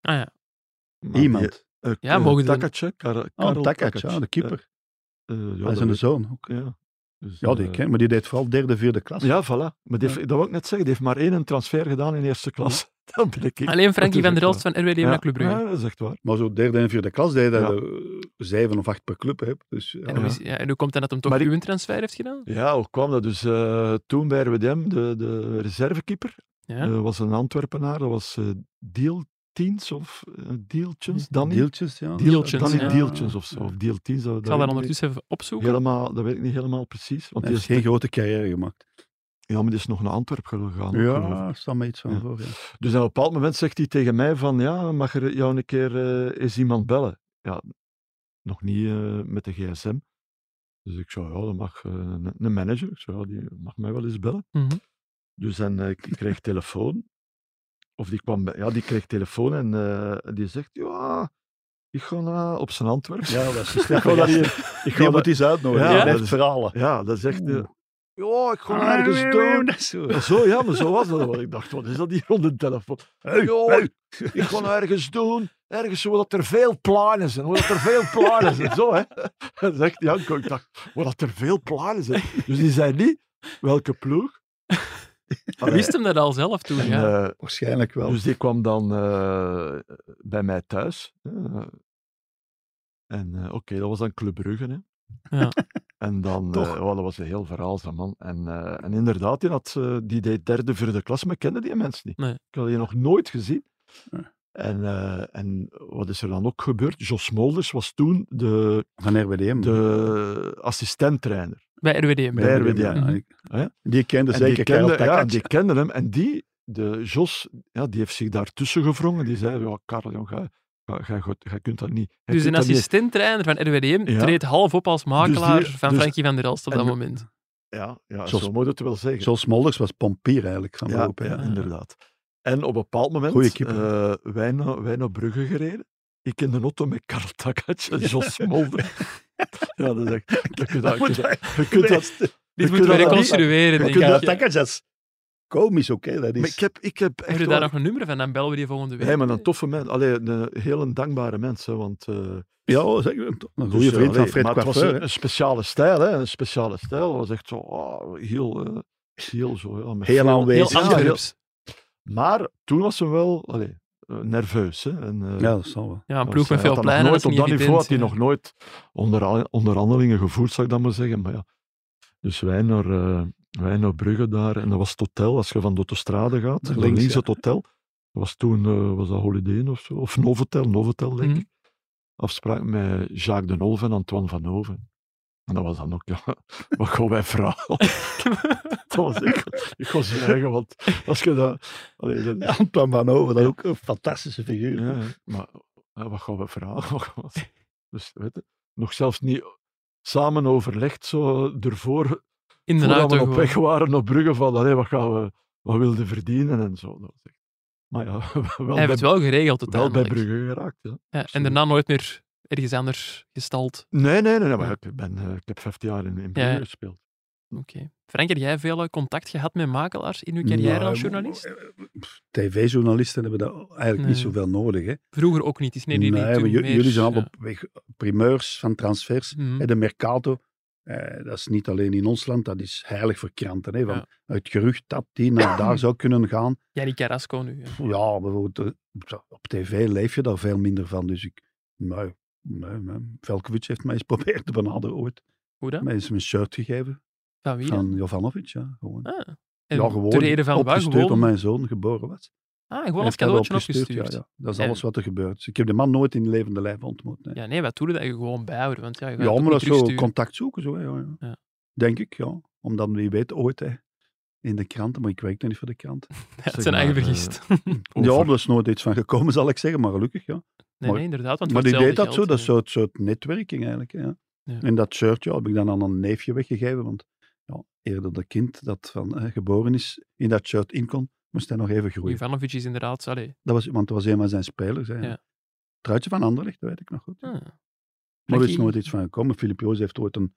A: Ah ja.
D: Maar die-
C: Iemand.
D: eh,
A: Ja,
D: eh,
A: mogen we-
D: Takacek, Kar-
C: Oh,
D: Karel
C: Takac,
D: Takac.
C: ja, de keeper.
D: Eh, eh, ja,
C: Hij
D: dat
C: is een
D: weet-
C: zoon ook.
D: Ja, Dus,
C: Ja, die
D: eh,
C: ken maar die deed vooral derde, vierde klasse.
D: Ja, voilà. Maar die heeft, dat wil ik net zeggen, die heeft maar één transfer gedaan in eerste klas. Dan ben ik...
A: Alleen Frankie
D: is
A: van
D: echt
A: der Elst van RWDM
D: ja.
A: naar Club Brugge.
D: Ja, dat is echt waar.
C: Maar zo derde en vierde klas deed hij
D: Ja.
C: er, eh, zeven of acht per club. Hè. Dus, ja.
A: En, hoe is- ja, en hoe komt het dat hem toch
D: Maar ik-
A: uw transfer heeft gedaan?
D: Ja, hoe kwam dat? Dus eh, toen bij RWDM, de, de reservekeeper,
A: Ja.
D: eh, was een Antwerpenaar, dat was eh Deeltiens of eh, Deeltjens, Danny?
C: Deeltjes, ja.
A: Deeltjes,
D: Danny
A: ja.
D: Deeltjens of zo, of Deeltiens. Dat,
A: Ik zal dat
D: weet ik niet.
A: ondertussen even opzoeken.
D: Helemaal, dat weet ik niet helemaal precies. Want
C: Hij
D: die
C: heeft
D: is,
C: geen grote carrière gemaakt.
D: ja, maar die is nog naar Antwerpen gegaan. geloof ik.
C: Ja, staat me iets van
D: Ja.
C: voor. Ja.
D: Dus op een bepaald moment zegt hij tegen mij van, ja, mag er jou een keer eh, eens iemand bellen? Ja, nog niet eh, met de gsm. Dus ik zei, ja, dat mag eh, een, een manager. Ik zei, ja, die mag mij wel eens bellen.
A: Mhm.
D: Dus en, eh, ik ik kreeg telefoon. Of die kwam, bij- ja, die kreeg telefoon en eh, die zegt, ja, ik ga naar, op zijn Antwerpen.
C: ja, dat is
D: Ik ga dat hier- ik ga
C: Je
D: dat-
C: moet eens uitnodigen.
D: Ja,
C: Ja,
D: dat
C: heeft
D: is-
C: verhalen.
D: Ja, dat zegt, eh,
C: Oeh. Ah,
D: ja, ik ga ergens doen.
C: doen.
D: Zo, ja, maar zo was dat wel. Ik dacht, wat is dat hier onder de telefoon? Ja, ik ga nou ergens doen, ergens zo dat er veel plannen zijn, hoe dat er veel plannen zijn, zo hè. En zegt Janko, ik dacht, hoe dat er veel plannen zijn. Dus die zei niet, welke ploeg. Allee,
A: Wist hem dat al zelf toen,
D: en,
A: ja.
D: eh,
C: Waarschijnlijk wel.
D: dus die kwam dan eh, bij mij thuis. eh. en eh, oké, dat was dan Club Brugge hè.
A: Ja.
D: En dan,
C: Toch.
D: eh, wel, dat was een heel verhaal, zijn man. En, eh, en inderdaad, die, had, eh, die deed derde, vierde klas, maar ik kende die mens niet.
A: Nee.
D: Ik had die nog nooit gezien.
C: Nee.
D: En, eh, en wat is er dan ook gebeurd? Jos Molders was toen de,
C: Van RWDM.
D: de assistent-trainer.
A: Bij RWDM.
D: Bij
C: Ja,
D: RWDM.
C: ja, ik-
D: mhm. Ja.
C: Die kende
D: En
C: zeker
D: die kende,
C: Karel
D: ja,
C: Takac.
D: die kende hem. En die, de Jos, ja, die heeft zich daartussen gevrongen. Die zei, ja, Karel, jong, ga, ga, ga, goed, jij kunt dat niet.
A: Dus
D: jij kunt
A: een
D: dat niet."
A: assistent-trainer van RWDM
D: Ja.
A: treedt half op als makelaar
D: Dus die-
A: van
D: dus-
A: Frankie van der Elst op
D: en-
A: dat moment.
D: Ja, ja
C: Jos-
D: zo moet je het wel zeggen.
C: Zoals Smolders was pompier eigenlijk van
D: ja,
C: beroep. hè.
D: ja, inderdaad. En op een bepaald
C: Goeie
D: moment
C: keeper.
D: eh, wij, naar, wij naar Brugge gereden. Ik in de auto met Karl Takac en Jos Mulder. ja, dat is echt... Je kunt dat, je kunt dat, je kunt dat,
A: Dit
D: je
A: moeten we
D: kunt dat niet-
A: reconstrueren, denk
D: kunt
A: ik.
C: Karel
A: Ja.
C: Takac, dat is komisch ook. Hè. Dat
D: Maar ik
C: is...
D: heb, ik heb
A: Heb
D: echt
A: dus. je
D: wel-
A: daar nog een nummer van? Dan bellen we die volgende week.
D: Nee, maar een toffe mens. Allee, een eh, heel dankbare mens. Hè, want, eh,
C: Ja, zeg, een to- een
D: Dus,
C: goede
D: eh,
C: vriend van
D: allee,
C: Fred
D: Maar het was
C: Coiffeur.
D: een,
C: hè.
D: een speciale stijl, hè. Een speciale stijl. Dat was echt zo, oh, heel, eh, heel zo. Ja, met
C: Heel
D: veel-
C: aanwezig.
A: Heel
D: Ja, heel-
A: Antwerps.
D: maar toen was ze wel allee, eh, nerveus. Hè. En, eh,
C: Ja, dat zal wel.
A: Ja, een
D: was,
A: ploeg met
D: eh,
A: veel
D: had dat nog
A: pleinen.
D: nooit,
A: dat is
D: Op dat
A: niet
D: niveau had hij
A: evident,
D: nog nooit onder, onderhandelingen gevoerd, zou ik dan maar zeggen. Maar ja. Dus wij naar, eh, Wij naar Brugge daar. En dat was het hotel. Als je van de autostrade gaat,
C: Naar
D: naar
C: links,
D: links
C: ja.
D: het hotel. Dat was toen, eh, was dat Holiday Inn of zo? Of Novotel, Novotel denk
A: Mhm.
D: ik. Afspraak met Jacques de Nolve en Antoine van Hoven. En dat was dan ook, ja, wat gaan wij vragen? dat was echt, ik was eigen, want als je dat... allee, dat-
C: Antoine van Over, dat is ook een fantastische figuur.
D: ja, ja. maar ja, wat gaan we vragen? Wat gaan we- Dus weet je, nog zelfs niet samen overlegd, zo ervoor,
A: In de
D: voordat
A: auto
D: we op
A: gewoon.
D: weg waren op Brugge, van allee, wat gaan we, wat wilden verdienen en zo. Dat was echt- Maar ja, wel,
A: Hij
D: bij,
A: heeft het wel geregeld
D: wel bij
A: uiteindelijk.
D: Brugge geraakt. Ja.
A: Ja, en daarna nooit meer ergens anders gestald.
D: Nee, nee, nee, nee, maar ik, ben, eh, ik heb 15 jaar in, in Brugge
A: Ja.
D: gespeeld.
A: Oké. Frank, heb jij veel eh, contact gehad met makelaars in uw carrière
C: Nou,
A: als journalist?
C: pff, TV-journalisten hebben dat eigenlijk niet
A: Nee.
C: zoveel nodig. Hè.
A: Vroeger ook niet. Het Is nee, die- die
C: maar
A: toen
C: ju-
A: meer,
C: jullie zijn
A: ja.
C: allemaal op weg, primeurs van transfers.
A: Mhm.
C: Hè, De Mercato, eh, dat is niet alleen in ons land, dat is heilig voor kranten. Hè, van
A: Ja.
C: Het gerucht dat die naar daar zou kunnen gaan.
A: Ja, die Carrasco nu. ja.
C: Ja, bijvoorbeeld eh, op tv leef je daar veel minder van. Dus ik, nee, nee, nee. Velkovic heeft mij eens proberen te benaderen ooit.
A: Hoe dan?
C: Mij eens een shirt gegeven
A: Van wie dan?
C: van Jovanovic, ja. Gewoon.
A: Ah. En
C: ja, gewoon.
A: de reden van waar
C: opgestuurd
A: gewoon?
C: omdat mijn zoon geboren was.
A: Ah,
C: Hij
A: gewoon als
C: heeft dat
A: cadeautje
C: opgestuurd,
A: opgestuurd.
C: Ja,
A: Ja,
C: ja. Dat is
A: En-
C: alles wat er gebeurt. Dus ik heb de man nooit in levende lijf ontmoet. Nee.
A: nee, wat doe je dat je gewoon bijhouden? Want ja, je gaat
C: Ja,
A: het ook
C: maar dat
A: niet
C: is zo
A: terugsturen.
C: contact zoeken, zo, hè, ja, ja.
A: Ja.
C: denk ik, ja. Omdat wie weet ooit hè, in de kranten, maar ik werkte niet voor de krant.
A: Ja, het
D: zeg
A: zijn eigen
D: maar, eh,
A: vergist.
C: Ja,
D: Over-
C: er is nooit iets van gekomen, zal ik zeggen, maar gelukkig, ja.
A: Nee,
C: maar-
A: nee, inderdaad. Want
C: Maar
A: voor
C: die deed dat
A: hetzelfde
C: zo,
A: geld, eh,
C: dat is
A: ja.
C: zo het soort netwerking eigenlijk. hè, Ja.
A: Ja.
C: En dat shirt ja, heb ik dan aan een neefje weggegeven, want ja, eerder dat kind dat van, hè, geboren is in dat shirt in kon, moest hij nog even groeien.
A: Ivanovic is inderdaad... Allee.
C: Dat was, want dat was een van zijn spelers. Hè, ja.
A: Ja.
C: Truitje van Anderlecht, dat weet ik nog goed.
A: Ah,
C: Maar er is
A: Frankie-
C: nooit iets van gekomen. Filip Joos heeft ooit een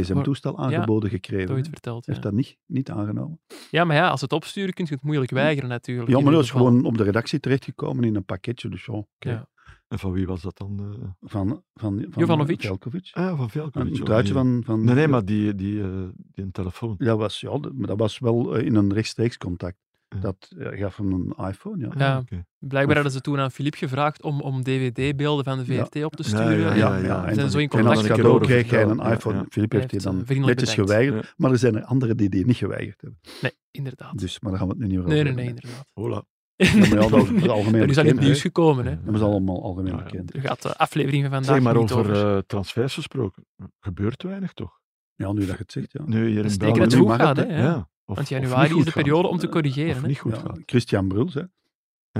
C: gsm-toestel aangeboden gekregen.
A: dat ooit
C: hè.
A: verteld. Ja.
C: heeft dat niet, niet aangenomen.
A: ja, maar ja, als het opsturen kun je het moeilijk weigeren natuurlijk.
C: Ja,
A: in
C: maar
A: ieder
C: dat is
A: geval.
C: gewoon op de redactie terechtgekomen in een pakketje. Dus ja, oké.
A: Ja.
D: En van wie was dat dan? eh?
C: Van, van, van
A: Jovanovic.
C: Velkovic.
D: Ah, ja, van Velkovic.
C: Een
D: ja,
C: truitje
D: die-
C: van... van
D: Nee, nee, maar die, die, eh, die een telefoon.
C: Dat was, ja, dat- maar dat was wel eh, in een rechtstreeks contact.
D: Ja.
C: Dat eh, gaf hem een iPhone, ja.
A: Ja.
D: Ah, oké.
A: Blijkbaar hadden ze toen aan Filip gevraagd om, om dvd-beelden van de
C: Ja.
A: VRT op te sturen.
D: Ja, ja, ja.
A: En zijn zo in
C: en
A: contact
C: als
A: gekomen.
C: cadeau
D: Hij
C: kreeg hij
D: heeft,
C: een
D: eh,
C: iPhone. Filip heeft die
A: eh,
C: dan
A: vriendelijk
C: netjes
A: bedankt.
C: geweigerd. Maar er zijn er anderen die die niet geweigerd hebben.
A: Nee, inderdaad.
C: Dus, maar daar gaan we het nu niet over
A: nee, nee,
C: hebben.
A: nee, inderdaad.
D: Hola.
C: Ja, maar ja, dat
A: Dat is
C: is algemeen
A: al in
C: bekend,
A: het nieuws
C: hè.
A: gekomen. Hè.
C: Dat is allemaal algemeen
D: Ja, ja.
C: bekend.
A: Er gaat de aflevering van vandaag
D: Zeg maar
A: niet
D: over,
A: over.
D: eh, transfers gesproken. Gebeurt weinig toch?
C: Ja, nu dat je het zegt, ja.
D: Nu hier
A: Dat
D: in
A: is teken Dus dat
D: België.
A: het goed
C: mag het,
A: gaat, hè.
C: hè.
A: ja.
D: Of-
A: Want
D: of niet
A: januari is
D: goed
A: de
D: gaat.
A: periode om te
D: Of
A: corrigeren. Hè.
D: niet goed
C: Ja,
D: gaat.
C: Christian Bruls, hè.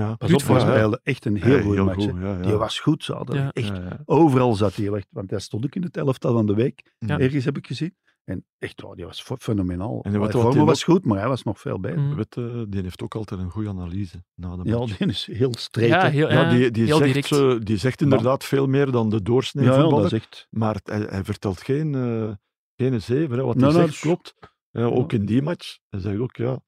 D: Ja.
C: Pas op,
A: voor,
C: hij
A: ja.
C: speelde echt een heel
D: Ja,
C: goede match. hè.
D: ja, ja.
C: Die was goed, zo. dat
A: Ja.
C: Echt
D: Ja, ja.
C: Overal zat hij, echt, want hij stond ook in het elftal van de week.
D: Ja.
C: Ergens heb ik gezien. En echt, waar, die was fo- fenomenaal.
D: En
C: En
D: wat- wat
C: vorm
D: die
C: was goed, maar hij was nog veel beter.
A: Mm.
D: Weet, eh, die heeft ook altijd een goede analyse na de
C: Ja,
D: match.
C: die is heel streed.
A: Ja,
C: hè.
A: heel,
D: Ja, die, die,
A: heel
D: zegt,
A: direct.
D: eh, die zegt inderdaad veel meer dan de doorsnee
C: ja, ja,
D: voetballer,
C: dat is echt...
D: maar het- hij, hij vertelt geen, eh geen zeven. Hè. Wat
C: Nee,
D: hij
C: nee, dus-
D: zegt
C: dat is-
D: klopt. Ja, ook in die match. Hij zegt ook, ja,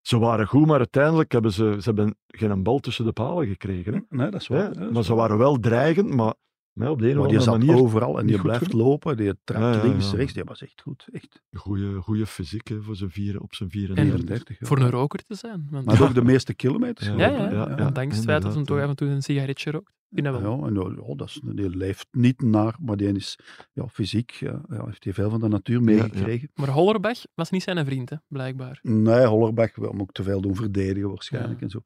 D: ze waren goed, maar uiteindelijk hebben ze, ze hebben geen bal tussen de palen gekregen. Hè.
C: Nee, dat is
D: Ja,
C: waar. hè, dat is
D: maar ze
C: waar.
D: waren wel dreigend, maar maar op de een
C: Maar
D: of
C: die
D: andere
C: zat
D: manier
C: overal en
D: niet
C: die
D: goed
C: blijft
D: genoeg.
C: lopen. Die trapt
D: Ja, ja,
C: links,
D: ja.
C: rechts. Die was echt goed. Echt
D: goede, goede fysiek hè, voor zijn vieren, op zijn
A: En-
D: 34.
C: 34. ja.
A: Voor een roker te zijn. Want,
C: Maar ook de meeste kilometers.
D: Ja,
C: gelopen,
A: ja,
C: hè.
A: ja,
D: ja, ja.
A: Ondanks het feit dat hij
D: inderdaad,
A: toch
D: ja.
A: af en toe een sigaretje rookt. Ik vind dat wel.
C: Ja, en, ja, ja, dat is, die leeft niet naar, maar die is ja, fysiek, ja, ja, heeft hij veel van de natuur meegekregen.
A: Maar Hollerbach was niet zijn vriend, hè, blijkbaar.
C: Nee, Hollerbach wil hem ook te veel doen verdedigen waarschijnlijk
A: Ja.
C: en zo.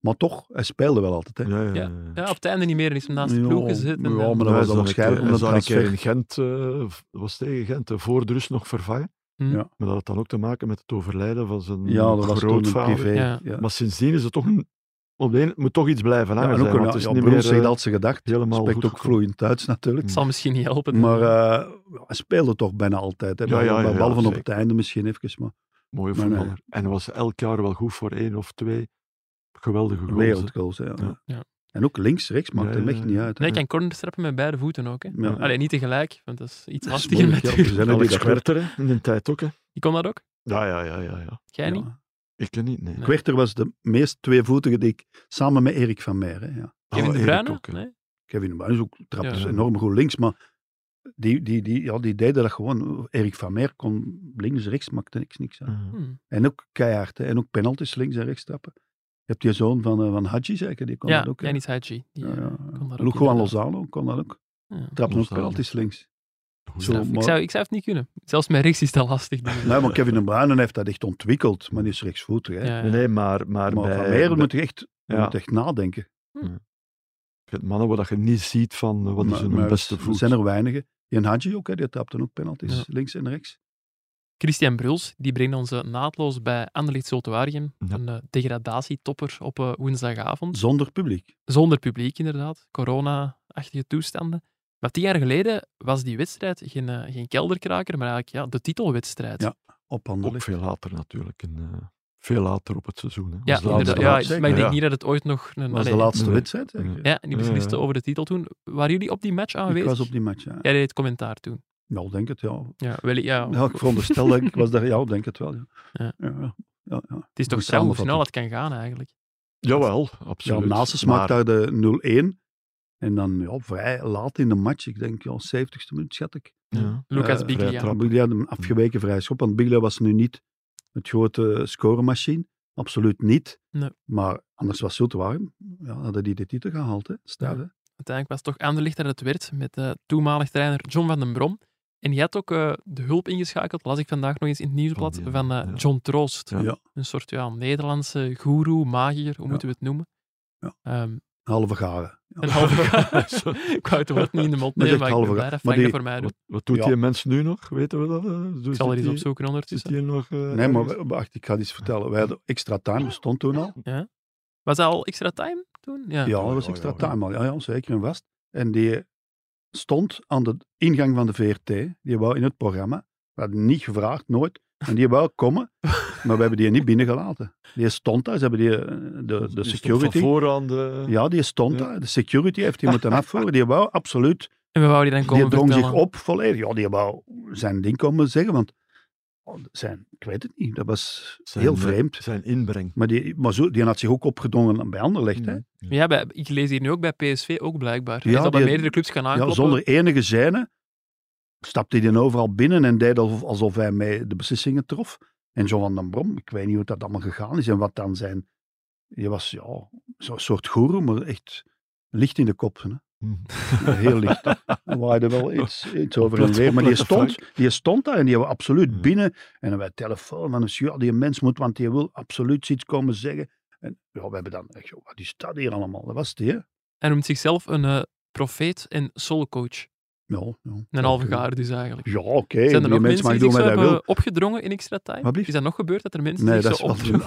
C: Maar toch, hij speelde wel altijd. Hè.
D: Ja, ja,
A: Ja.
D: ja.
A: Ja, op het einde niet meer. Hij is hem naast de
C: Ja,
A: ploeg gezet. en
C: ja,
A: dan-
C: maar dat
D: Hij
C: was
D: is
C: dan
D: dan
C: waarschijnlijk
D: een keer-
C: omdat
D: hij is dan een keer
C: transfer...
D: in Gent, eh, v- was tegen Gent, eh, voor de rust nog vervangen.
A: Hm.
C: Ja.
D: Maar dat had dan ook te maken met het overlijden van zijn
C: Ja, dat was toen een
D: grootvader.
C: privé.
A: Ja.
C: Ja.
D: Maar sindsdien is het toch een, op de een, het moet toch iets blijven
C: Ja,
D: hangen.
C: en ook
D: zijn,
C: een,
D: want het is
C: ja,
D: niet
C: Bruns
D: meer,
C: zegt
D: eh,
C: dat ze gedacht.
D: helemaal
C: Spreekt
D: goed
C: ook
D: gekomen.
C: vloeiend Duits natuurlijk.
A: Het zal misschien niet helpen.
C: Maar eh, hij speelde toch bijna altijd. Hè?
D: Ja, ja, ja,
C: bij
D: ja,
C: Balven op
D: zeker.
C: het einde misschien even. Maar
D: mooie
C: Nee, nee.
D: voetballer. En hij was elk jaar wel goed voor één of twee geweldige goals. hè.
C: wereldgoals. Hè, ja.
D: Ja.
A: Ja.
C: En ook links, rechts maakt
D: Ja,
C: hem
D: ja,
C: echt
D: ja.
C: niet uit. hè.
A: Nee, ik kan corners trappen met beide voeten ook. Hè.
C: Ja.
A: Allee, niet tegelijk, want dat is iets
C: Dat is
A: lastiger
C: moeilijk, ja,
A: natuurlijk.
C: we zijn er
D: Alex
C: die dat-
D: Kwerter, hè, in de tijd ook. Hè.
A: Je kon dat ook?
D: Ja, ja, ja, ja, ja.
A: Jij niet?
C: Ja. Oh,
D: Ik ken niet, nee.
A: Nee.
C: Kwerter was de meest tweevoetige die ik samen met Erik van Meer. Hè, ja.
A: Kevin De
D: Oh, Erik
A: Bruyne?
D: ook, hè.
A: Nee?
C: Kevin de Bruyne is ook trapt
A: Ja.
C: enorm goed links, maar die, die, die, ja, die deden dat gewoon. Erik van Meer kon links, rechts, maakte niks, niks uit.
D: Ja.
A: Hm.
C: En ook keihard. Hè. En ook penalties links en rechts trappen. Je hebt die zoon van, eh, van Hadji, zeker, die kon
A: Ja,
C: dat ook. hè.
A: Janis Hadji. Die,
C: Ja, ja.
A: eh, kon dat
C: En
A: ook
C: ook Juan
A: inderdaad.
C: Lozano kon dat ook.
A: Ja.
C: Trapt nog
D: Lozano.
C: penalties links. Zo,
A: Straf. Dus Ik,
C: maar-
A: zou, ik zou het niet kunnen. Zelfs met rechts is dat lastig. denk ik.
C: Nee, Nou, maar Kevin De Bruyne heeft dat echt ontwikkeld, maar die is rechtsvoetig. Hè.
A: Ja.
D: Nee, maar, maar,
C: maar
D: bij,
C: Van Meeren
D: bij-
C: moet je echt, je
D: Ja.
C: moet echt nadenken.
D: bij mannen waar dat je niet ziet van eh, wat is
C: Maar-
D: hun
C: maar
D: beste
C: er
D: voet.
C: zijn er weinigen. Jan Hadji ook, hè, die trapte ook penalties,
A: Ja.
C: links en rechts.
A: Christian Bruls die brengt ons eh, naadloos bij Anderlecht Zotewaargem.
D: Ja.
A: Een eh, degradatietopper op eh, woensdagavond.
C: Zonder publiek.
A: Zonder publiek inderdaad. Corona-achtige toestanden. Maar tien jaar geleden was die wedstrijd geen, eh, geen kelderkraker, maar eigenlijk ja, de titelwedstrijd.
C: Ja. Op
D: Ook
C: Anderlecht.
D: veel later natuurlijk. En, eh, veel later op het seizoen. Hè.
A: Ja,
D: Als
A: inderdaad.
D: laatste
A: Ja,
D: laatste.
A: maar ik denk
D: Ja.
A: niet dat het ooit nog... Een,
C: Dat was de
A: allee,
C: laatste
D: Nee.
C: wedstrijd. hè.
D: Ja.
C: Ik
A: Ja, en die besliste over de titel toen. Waren jullie op die match aanwezig?
C: was op die match, ja.
A: Jij deed het commentaar toen.
C: Nou, denk het, ja.
A: Ja, wel, ja,
C: ja ik veronderstel, dat ik was daar, ja, denk het wel. Ja.
A: Ja.
C: Ja, ja, ja.
A: het is toch
C: moet
A: zo hoe
C: samenvatten.
A: snel het kan gaan eigenlijk.
D: Jawel,
C: Ja,
D: absoluut.
C: Nasus
D: Maar-
C: maakt daar de 0-1. En dan ja, vrij laat in de match, ik denk ja, 70ste minuut, schat ik.
D: Ja.
A: Lucas
C: Eh,
A: Biglia.
D: vrij trap.
C: Biglia had een afgeweken vrije schop, want Biglia was nu niet het grote scoremachine. Absoluut niet.
A: Nee.
C: Maar anders was het warm. Ja, hadden die de titel gehaald, hè? Stel, hè.
A: Uiteindelijk was het toch Anderlecht dat het werd met eh, toenmalig trainer John van den Brom. En die had ook eh, de hulp ingeschakeld, las ik vandaag nog eens in het nieuwsblad,
D: Van die,
A: van eh,
D: ja.
A: John Troost.
D: Ja.
C: Ja.
A: Een soort ja, Nederlandse goeroe, magier, hoe moeten we het noemen?
C: Ja.
A: Ehm,
C: halve garen.
A: een halve Ik wou het woord niet in de mond
C: Dat
A: nemen,
C: is echt
A: maar ik ben
C: halve ga-
A: blij dat
C: maar
A: Frank dat
C: die-
A: voor mij doet.
D: Wat, wat doet
C: Ja.
D: die mens nu nog? Weten we dat? eh? Doe-
A: Ik zal er
D: zit
A: eens
D: die-
A: opzoeken
D: Zit
A: ondertussen.
D: hier nog... eh,
C: Nee, maar
D: ergens?
C: we- wacht, ik ga iets vertellen. Wij hadden extra time, bestond toen al.
A: Was dat al extra time toen? Ja.
C: Ja, dat was
D: ja,
C: extra
D: ja.
C: time al. Ja, ja, zeker en vast. En die stond aan de ingang van de VRT. Die wou in het programma. We hadden niet gevraagd, nooit. En die wou komen, maar we hebben die niet binnengelaten. Die stond daar, ze hebben die, eh, de, de
D: Die stond
C: security...
D: Van vooraan de...
C: Ja, die stond
D: Ja.
C: daar. De security heeft die moeten afvoeren. Die wou absoluut...
A: En we wouden die dan
C: Die
A: komen
C: drong zich
A: vertellen.
C: op volledig. Ja, die wou zijn ding komen zeggen, want... oh, Zijn, ik weet het niet, dat was
D: Zijn,
C: heel
D: eh,
C: vreemd.
D: Zijn inbreng. Mhm.
C: Maar, die, maar zo, die had zich ook opgedrongen bij Anderlecht. Hè?
A: Maar Ja, bij, ik lees hier nu ook bij PSV, ook blijkbaar. Hij
C: Ja,
A: is al bij
C: die-
A: meerdere clubs gaan
C: Ja,
A: aankloppen.
C: zonder enige zijne stapte hij dan overal binnen en deed alsof, alsof hij mij de beslissingen trof. En John van den Brom, ik weet niet hoe dat allemaal gegaan is en wat dan zijn. Je was ja, zo'n soort goeroe, maar echt licht in de kop. Hè?
D: Hmm.
C: Heel licht. We waaide wel iets, iets over en weer. Maar die stond, die stond daar en die was absoluut
A: Hmm.
D: Ja.
C: binnen. En dan wij telefoon van een ja, die mens moet, want die wil absoluut iets komen zeggen. En ja, we hebben dan echt, joh, wat is dat hier allemaal? Dat was het, hè?
A: Hij noemt zichzelf een eh, profeet en soulcoach.
C: Ja, ja.
A: Een halve gaar dus eigenlijk.
C: Ja, oké.
A: Zijn er nog
C: Die mens
A: mensen
C: mag
A: die
C: doen
A: zich zo
C: wat hij
A: hebben
C: wil.
A: opgedrongen in extra time?
C: Wat blieft?
A: Is dat nog gebeurd dat er mensen
C: Nee,
A: zich
C: dat is
A: zo
C: wel de
A: opdrongen?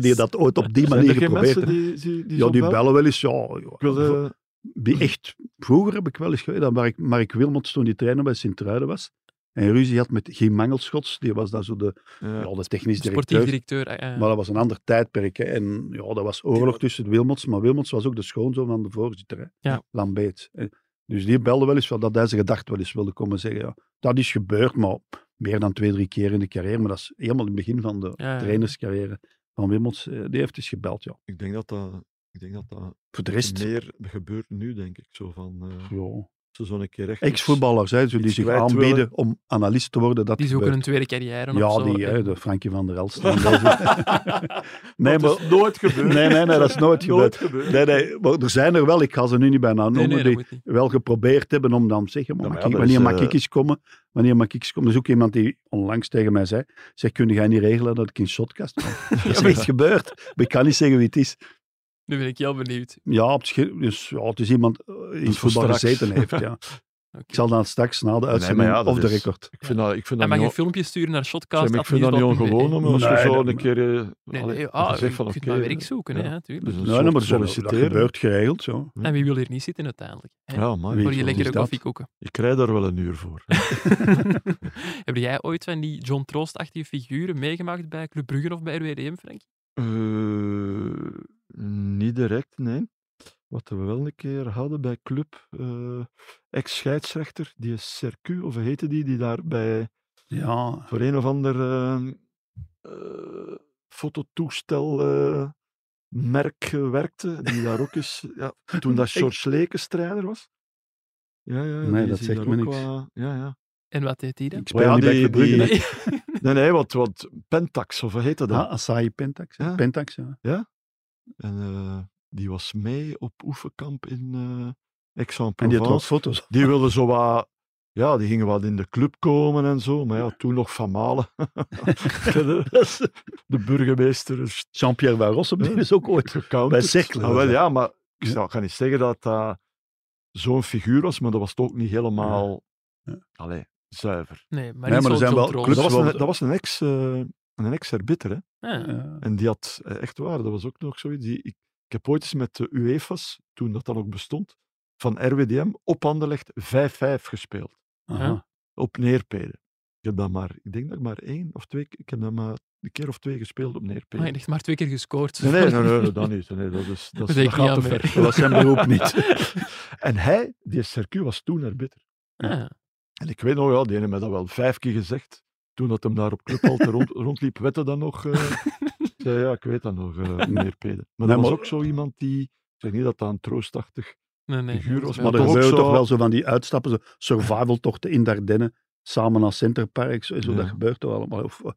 C: die dat ooit op die
D: Zijn
C: manier
D: er geen
C: geprobeerd
D: mensen
C: heeft.
D: die, die, die
C: Ja,
D: zo
C: die
D: bellen?
C: bellen wel eens. Ja,
D: Ik wil,
C: ja.
D: eh,
C: Die echt, vroeger heb ik wel eens geweten dat Mark, Mark Wilmots toen die trainer bij Sint-Truiden was. En ruzie had met Guy Mangelschots. Die was daar zo de,
D: ja.
C: ja. de technisch
A: Sportief
C: directeur.
A: directeur. eh, eh.
C: Maar dat was een ander tijdperk. Hè. En ja, dat was oorlog tussen de Wilmots. Maar Wilmots was ook de schoonzoon van de voorzitter, hè.
A: Ja.
C: Lambeet. En Dus die belde wel eens wel dat hij zijn gedacht wel eens wilde komen zeggen. Ja, dat is gebeurd, maar meer dan twee, drie keer in de carrière. Maar dat is helemaal in het begin van de
A: Ja, ja.
C: trainerscarrière van Wilmots. Eh, Die heeft eens gebeld, ja.
D: Ik denk dat dat... Ik denk dat dat
C: Voor de rest,
D: meer gebeurt nu, denk ik. Zo van... eh,
C: ja.
D: zo zo'n keer echt...
C: ex-voetballers hè, zo die
D: iets
C: zich
D: kwijt
C: aanbieden
D: willen.
C: om analist te worden. Dat
A: die zoeken een
C: gebeurt.
A: tweede carrière of
C: Ja,
A: zo.
C: die, hè,
A: En-
C: de Frankie van der Elst. en deze. nee,
D: Dat
C: maar,
D: is nooit gebeurd.
C: nee, nee, nee, dat is nooit gebeurd.
D: gebeurd.
C: Nee, nee, maar er zijn er wel, ik ga ze nu niet bijna
A: Nee,
C: noemen,
A: nee, dat
C: die
A: moet niet.
C: wel geprobeerd hebben om dan te zeggen, maar
D: Ja, maar
C: mag
D: ja,
C: ik-
D: dat is,
C: wanneer mag
D: eh,
C: ik eens komen? Wanneer mag ik eens komen? Er is ook iemand die onlangs tegen mij zei, zeg, kun jij niet regelen dat ik in shotcast kom? dat is
D: maar-
C: echt gebeurd. Maar ik kan niet zeggen wie het is.
A: Nu ben ik heel benieuwd.
C: Ja, op het sche- dus, ja het is iemand eh, in
D: is
C: het
D: voor
C: voetbal
D: straks.
C: gezeten heeft. Ja.
A: Oké.
C: Ik zal dan straks na de uitzending
D: ja, dat
C: of de
D: is-
C: record.
D: Ik vind dat, ik vind
A: Hij
D: dat
A: mag
D: niet
A: een filmpje sturen naar shotcast.
D: Sam, ik vind dat niet ongewoon om als je
C: Nee,
D: zo
C: dat-
D: een keer. eh,
A: Nee,
D: allee,
A: nee,
D: dat
A: ah,
D: je
A: je
D: zegt van,
A: kunt
D: oké,
A: maar werk zoeken,
D: ja.
A: hè, tuurlijk.
D: dus een
C: Nee, nee, maar
D: soort
C: zo, dat
D: solliciteren.
C: gebeurt geregeld. Zo.
A: En wie wil hier niet zitten uiteindelijk? Hè?
D: Ja, maar
C: Wie-
A: Voor je
C: wie
A: lekkere
C: is dat?
A: koffiekoeken.
D: ik krijg daar wel een uur voor. hè.
A: Heb jij ooit van die John Troost-achtige figuren meegemaakt bij Club Brugge of bij RWDM, Frank?
D: Eh, niet direct, nee. Wat we wel een keer hadden bij club, eh, ex-scheidsrechter, die is Cercu, of hoe heette die, die daar bij,
C: Ja,
D: voor een of ander eh, eh, fototoestel eh, merk eh, werkte, die daar ook is, ja, toen dat George Lekes trainer was. Ja, ja,
C: Nee,
D: die
C: dat
D: is
C: zegt
D: daar
C: me
D: ook
C: niks.
D: wat- ja, ja.
A: En wat deed hij dan?
C: ik speel
D: ja,
C: niet bij
D: die-
C: Club Brugge.
D: die-
C: hè.
D: Nee, nee, wat, wat Pentax, of hoe heette dat?
C: Ah, Asahi Pentax. hè.
D: Ja.
C: Pentax, ja.
D: En eh, die was mee op oefenkamp in eh
C: En die had wat
D: Aix-en-Provence.
C: foto's.
D: Die wilde zo wat Ja, die gingen wat in de club komen en zo. Maar ja, toen nog Van Malen. de, de burgemeester
C: Jean-Pierre Van Rossum die is ook ooit.
D: gecounterd.
C: Bij Cercle.
D: Ah, wel, ja, maar ik zou, kan niet zeggen dat dat zo'n figuur was, maar dat was toch ook niet helemaal
C: Ja. Dus
D: Allee, zuiver.
A: Nee, maar,
C: Nee,
A: niet
C: maar er
A: zo'n
C: zijn wel
D: Maar
A: controle.
C: clubs
D: dat, was
C: wel-
D: een, dat was een ex... eh, een ex-arbiter, hè.
A: Ja.
C: Ja.
D: En die had, eh, echt waar, dat was ook nog zoiets. Die, ik, ik heb ooit eens met de UEFA's, toen dat dan ook bestond, van RWDM op Anderlecht 5-5 gespeeld.
C: Aha.
D: op neerpeden. Ik heb dat maar, ik denk dat ik maar één of twee, ik heb dat maar een keer of twee gespeeld op neerpeden.
A: Maar Ah, je
D: nee,
A: hebt maar twee keer gescoord.
D: nee, nee, nee, nee, dat niet. Nee, dat is, dat is,
A: Denk
D: dat gaat te
A: niet aan
D: ver.
A: mee.
D: Dat was zijn beroep niet. En hij, die Sercu, was toen arbiter.
A: Ah,
D: En ik weet nog, ja, die heeft mij dat wel vijf keer gezegd. Toen dat hem daar op clubalter rond, rondliep, wette dan nog. eh, ik zei, ja, ik weet dat nog, eh neerpeden. Maar
C: Nee,
D: dat was
C: maar-
D: ook zo iemand die, ik zeg niet dat dat een troostachtig
A: nee, nee.
D: figuur was,
C: Maar
D: Ja,
C: er
D: toch ook
C: gebeuren
D: zo-
C: toch wel zo van die uitstappen, zo survivaltochten in Dardenne, samen naar Centerparks, zo,
D: Ja.
C: dat gebeurt toch allemaal. Of eh,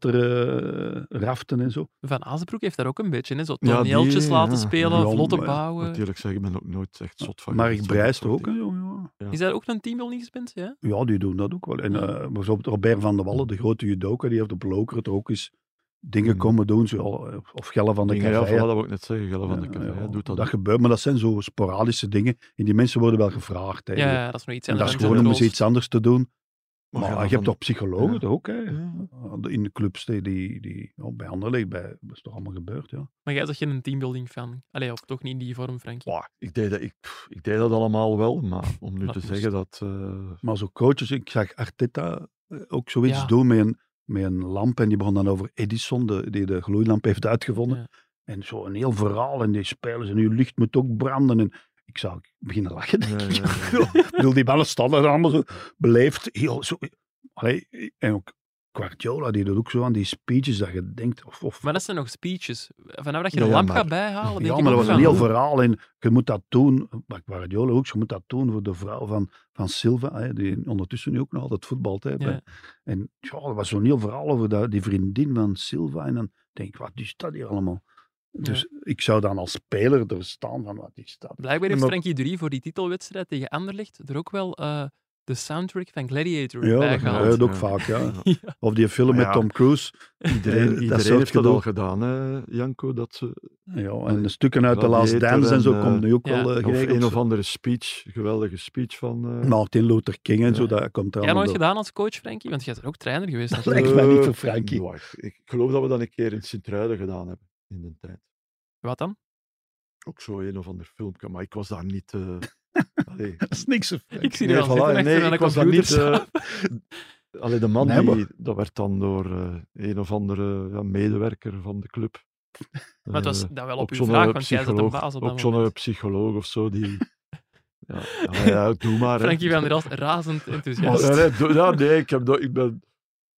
C: wildwaterraften raften en zo.
A: Van Azenbroek heeft daar ook een beetje, hè? Zo
D: die,
A: toneeltjes laten
D: ja.
A: spelen,
C: Ja,
A: vlotte
C: maar-
A: bouwen.
D: Natuurlijk zeg ik ben ook nooit echt zot van.
C: Maar ik
D: geweest,
C: breis
D: dat
C: er ook,
D: soort
C: hè, jongen. ja.
D: ja.
A: Is daar ook een teamwil niet gespind? Ja?
C: Ja, die doen dat ook wel. En eh, bijvoorbeeld Robert van der Wallen, de grote judoka, die heeft op Lokeren toch ook eens dingen
D: Mm.
C: komen doen. Zo, eh, of Gelle van de
D: dingen. Ja,
C: Café.
D: voilà, dat wil ik net zeggen, Gelle van de
C: Ja,
D: Café.
C: ja,
D: hè, doet dat
C: dat
D: ook.
C: gebeurt, maar dat zijn zo sporadische dingen. En die mensen worden wel gevraagd. Hè.
A: Ja, ja, dat is nog iets
C: en dat is
A: anders.
C: gewoon om eens iets anders te doen.
D: Maar
C: Maar
D: ja,
C: je
D: dan-
C: hebt toch psychologen
D: ja.
C: toch ook, hè?
D: Ja.
C: In de clubs die, die, die ja, bij Anderlecht, bij, dat is toch allemaal gebeurd, ja.
A: Maar jij zegt geen teambuilding fan. Allee, of toch niet in die vorm, Frank.
D: Bah, ik, deed dat, ik, pff, ik deed dat allemaal wel, maar om nu
A: Dat
D: te
A: moest.
D: zeggen dat... eh,
C: Maar zo coaches, ik zag Arteta eh, ook zoiets
A: Ja.
C: doen met een, met een lamp. En die begon dan over Edison, de, die de gloeilamp heeft uitgevonden.
A: Ja.
C: En zo een heel verhaal. En die spelers, en uw licht moet ook branden. En ik zou beginnen lachen, denk
D: Ja,
C: ik.
D: ja, ja, ja.
C: Ik bedoel, die mannen staan daar allemaal zo beleefd. Heel, zo, allee, en ook Guardiola, die doet ook zo aan die speeches dat je denkt... Of, of,
A: Maar dat zijn nog speeches. Vanaf dat je
D: Ja,
A: de
D: ja,
A: lamp
D: maar-
A: gaat bijhalen, denk
C: ja,
A: ik
C: maar dat
A: ook
C: was een
A: van,
C: heel verhaal. En je moet dat doen, maar Guardiola ook, je moet dat doen voor de vrouw van, van Silva, hè, die ondertussen nu ook nog altijd voetbalt. Hè,
A: Ja.
C: En ja, er was zo'n heel verhaal over dat, die vriendin van Silva. En dan denk ik, wat is dat hier allemaal? Dus ik zou dan als speler er staan van, wat is dat?
A: Blijkbaar heeft
C: maar-
A: Frankie Durie voor die titelwedstrijd tegen Anderlecht er ook wel eh, de soundtrack van Gladiator
C: Ja,
A: bij
C: dat
A: gehaald.
C: gebeurt ook
D: Ja.
C: vaak, ja.
A: Ja.
C: Of die film
D: Maar
C: met
D: ja,
C: Tom Cruise.
D: Iedereen,
C: dat
D: iedereen
C: soort
D: heeft dat
C: gedoe.
D: al gedaan, hè, Janko. Dat ze,
C: Ja, en de stukken uit de
D: Gladiator
C: Last Dance en zo
D: en, eh,
C: komt nu ook
A: ja,
C: wel eh,
D: of een
C: geregeld.
D: of andere speech, geweldige speech van... eh,
C: Martin Luther King en zo,
D: Ja.
C: dat komt
A: Jij
C: er allemaal
A: nooit
C: door.
A: gedaan als coach, Frankie? Want jij bent ook trainer geweest.
C: Dat lijkt
A: natuurlijk.
C: mij niet
D: eh,
C: voor Frankie.
D: ja, ik, ik geloof dat we dat een keer in Sint-Truiden gedaan hebben, in de tijd.
A: Wat dan?
D: Ook zo een of ander filmpje, maar ik was daar niet... eh, allee,
C: Dat is niks.
A: Ik zie
D: nee,
A: er al
D: voilà,
A: zitten achter
D: nee,
A: aan de
D: ik was daar niet...
A: computer.
D: eh, allee, de man
C: Nee,
D: die,
C: maar-
D: dat werd dan door eh, een of andere ja, medewerker van de club...
A: Maar het was
D: eh,
A: dat wel op
D: ook
A: uw
D: zo'n,
A: vraag,
D: eh,
A: want jij zit een
D: psycholoog-
A: baas op
D: Ook
A: dat
D: zo'n eh,
A: moment.
D: psycholoog of zo die... ja, ja, ja, doe maar. hè.
A: Frankie van der Elst, razend
D: Maar,
A: enthousiast.
D: ja, nee, doe- ja, nee, ik, heb dat, ik ben...